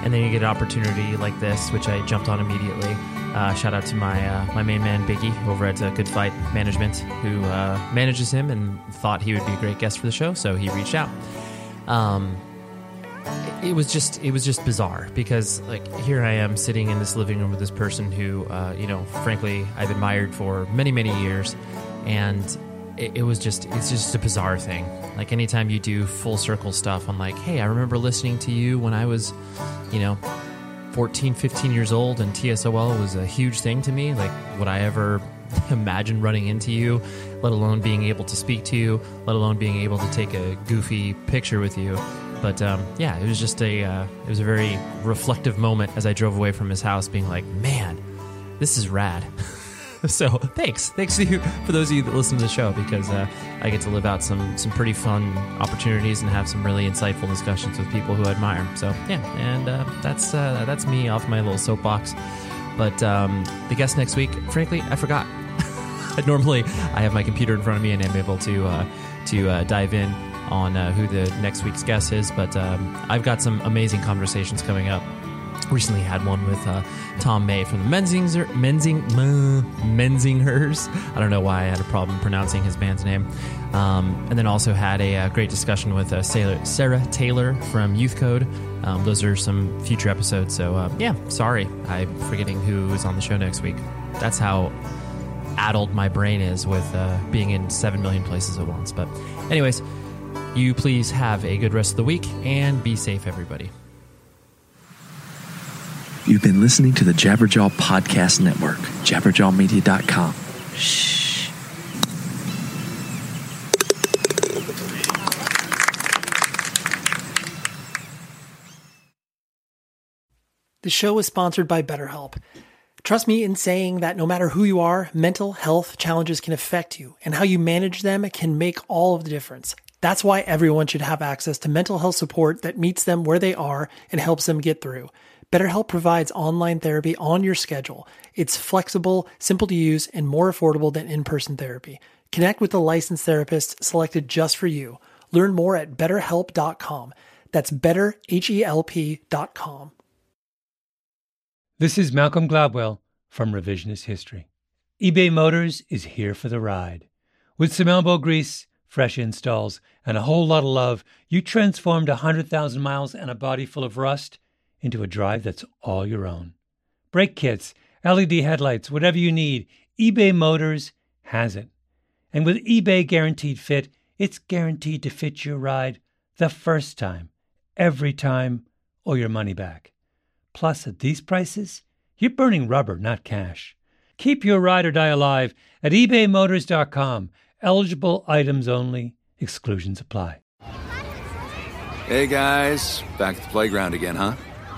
S2: and then you get an opportunity like this, which I jumped on immediately. Uh, shout out to my uh, my main man Biggie over at uh, Good Fight Management, who uh, manages him and thought he would be a great guest for the show, so he reached out. Um, it was just it was just bizarre because like here I am sitting in this living room with this person who uh, you know frankly I've admired for many many years and it, it was just it's just a bizarre thing like anytime you do full circle stuff I'm like hey I remember listening to you when I was you know 14 15 years old and TSOL was a huge thing to me like would I ever <laughs> imagine running into you let alone being able to speak to you let alone being able to take a goofy picture with you but um, yeah, it was just a uh, it was a very reflective moment as I drove away from his house, being like, man, this is rad. <laughs> so thanks, thanks to you for those of you that listen to the show because uh, I get to live out some some pretty fun opportunities and have some really insightful discussions with people who I admire. So yeah, and uh, that's uh, that's me off my little soapbox. But um, the guest next week, frankly, I forgot. <laughs> Normally, I have my computer in front of me and I'm able to uh, to uh, dive in on uh, who the next week's guest is. But um, I've got some amazing conversations coming up. Recently had one with uh, Tom May from the Menzinger, Menzing, M- Menzingers. I don't know why I had a problem pronouncing his band's name. Um, and then also had a, uh great discussion with uh, Sarah, Sarah Taylor from Youth Code. Um, those are some future episodes. So uh, yeah, sorry, I'm forgetting who is on the show next week. That's how addled my brain is with uh, being in 7 million places at once. But, anyways, you please have a good rest of the week and be safe, everybody.
S14: You've been listening to the Jabberjaw Podcast Network, jabberjawmedia.com.
S4: The show is sponsored by BetterHelp. Trust me in saying that no matter who you are, mental health challenges can affect you, and how you manage them can make all of the difference. That's why everyone should have access to mental health support that meets them where they are and helps them get through. BetterHelp provides online therapy on your schedule. It's flexible, simple to use, and more affordable than in person therapy. Connect with a licensed therapist selected just for you. Learn more at betterhelp.com. That's E betterhelp.com.
S15: This is Malcolm Gladwell from Revisionist History. eBay Motors is here for the ride. With some elbow grease, fresh installs, and a whole lot of love, you transformed 100,000 miles and a body full of rust into a drive that's all your own. Brake kits, LED headlights, whatever you need, eBay Motors has it. And with eBay Guaranteed Fit, it's guaranteed to fit your ride the first time, every time, or your money back. Plus, at these prices, you're burning rubber, not cash. Keep your ride or die alive at ebaymotors.com. Eligible items only, exclusions apply.
S16: Hey guys, back at the playground again, huh?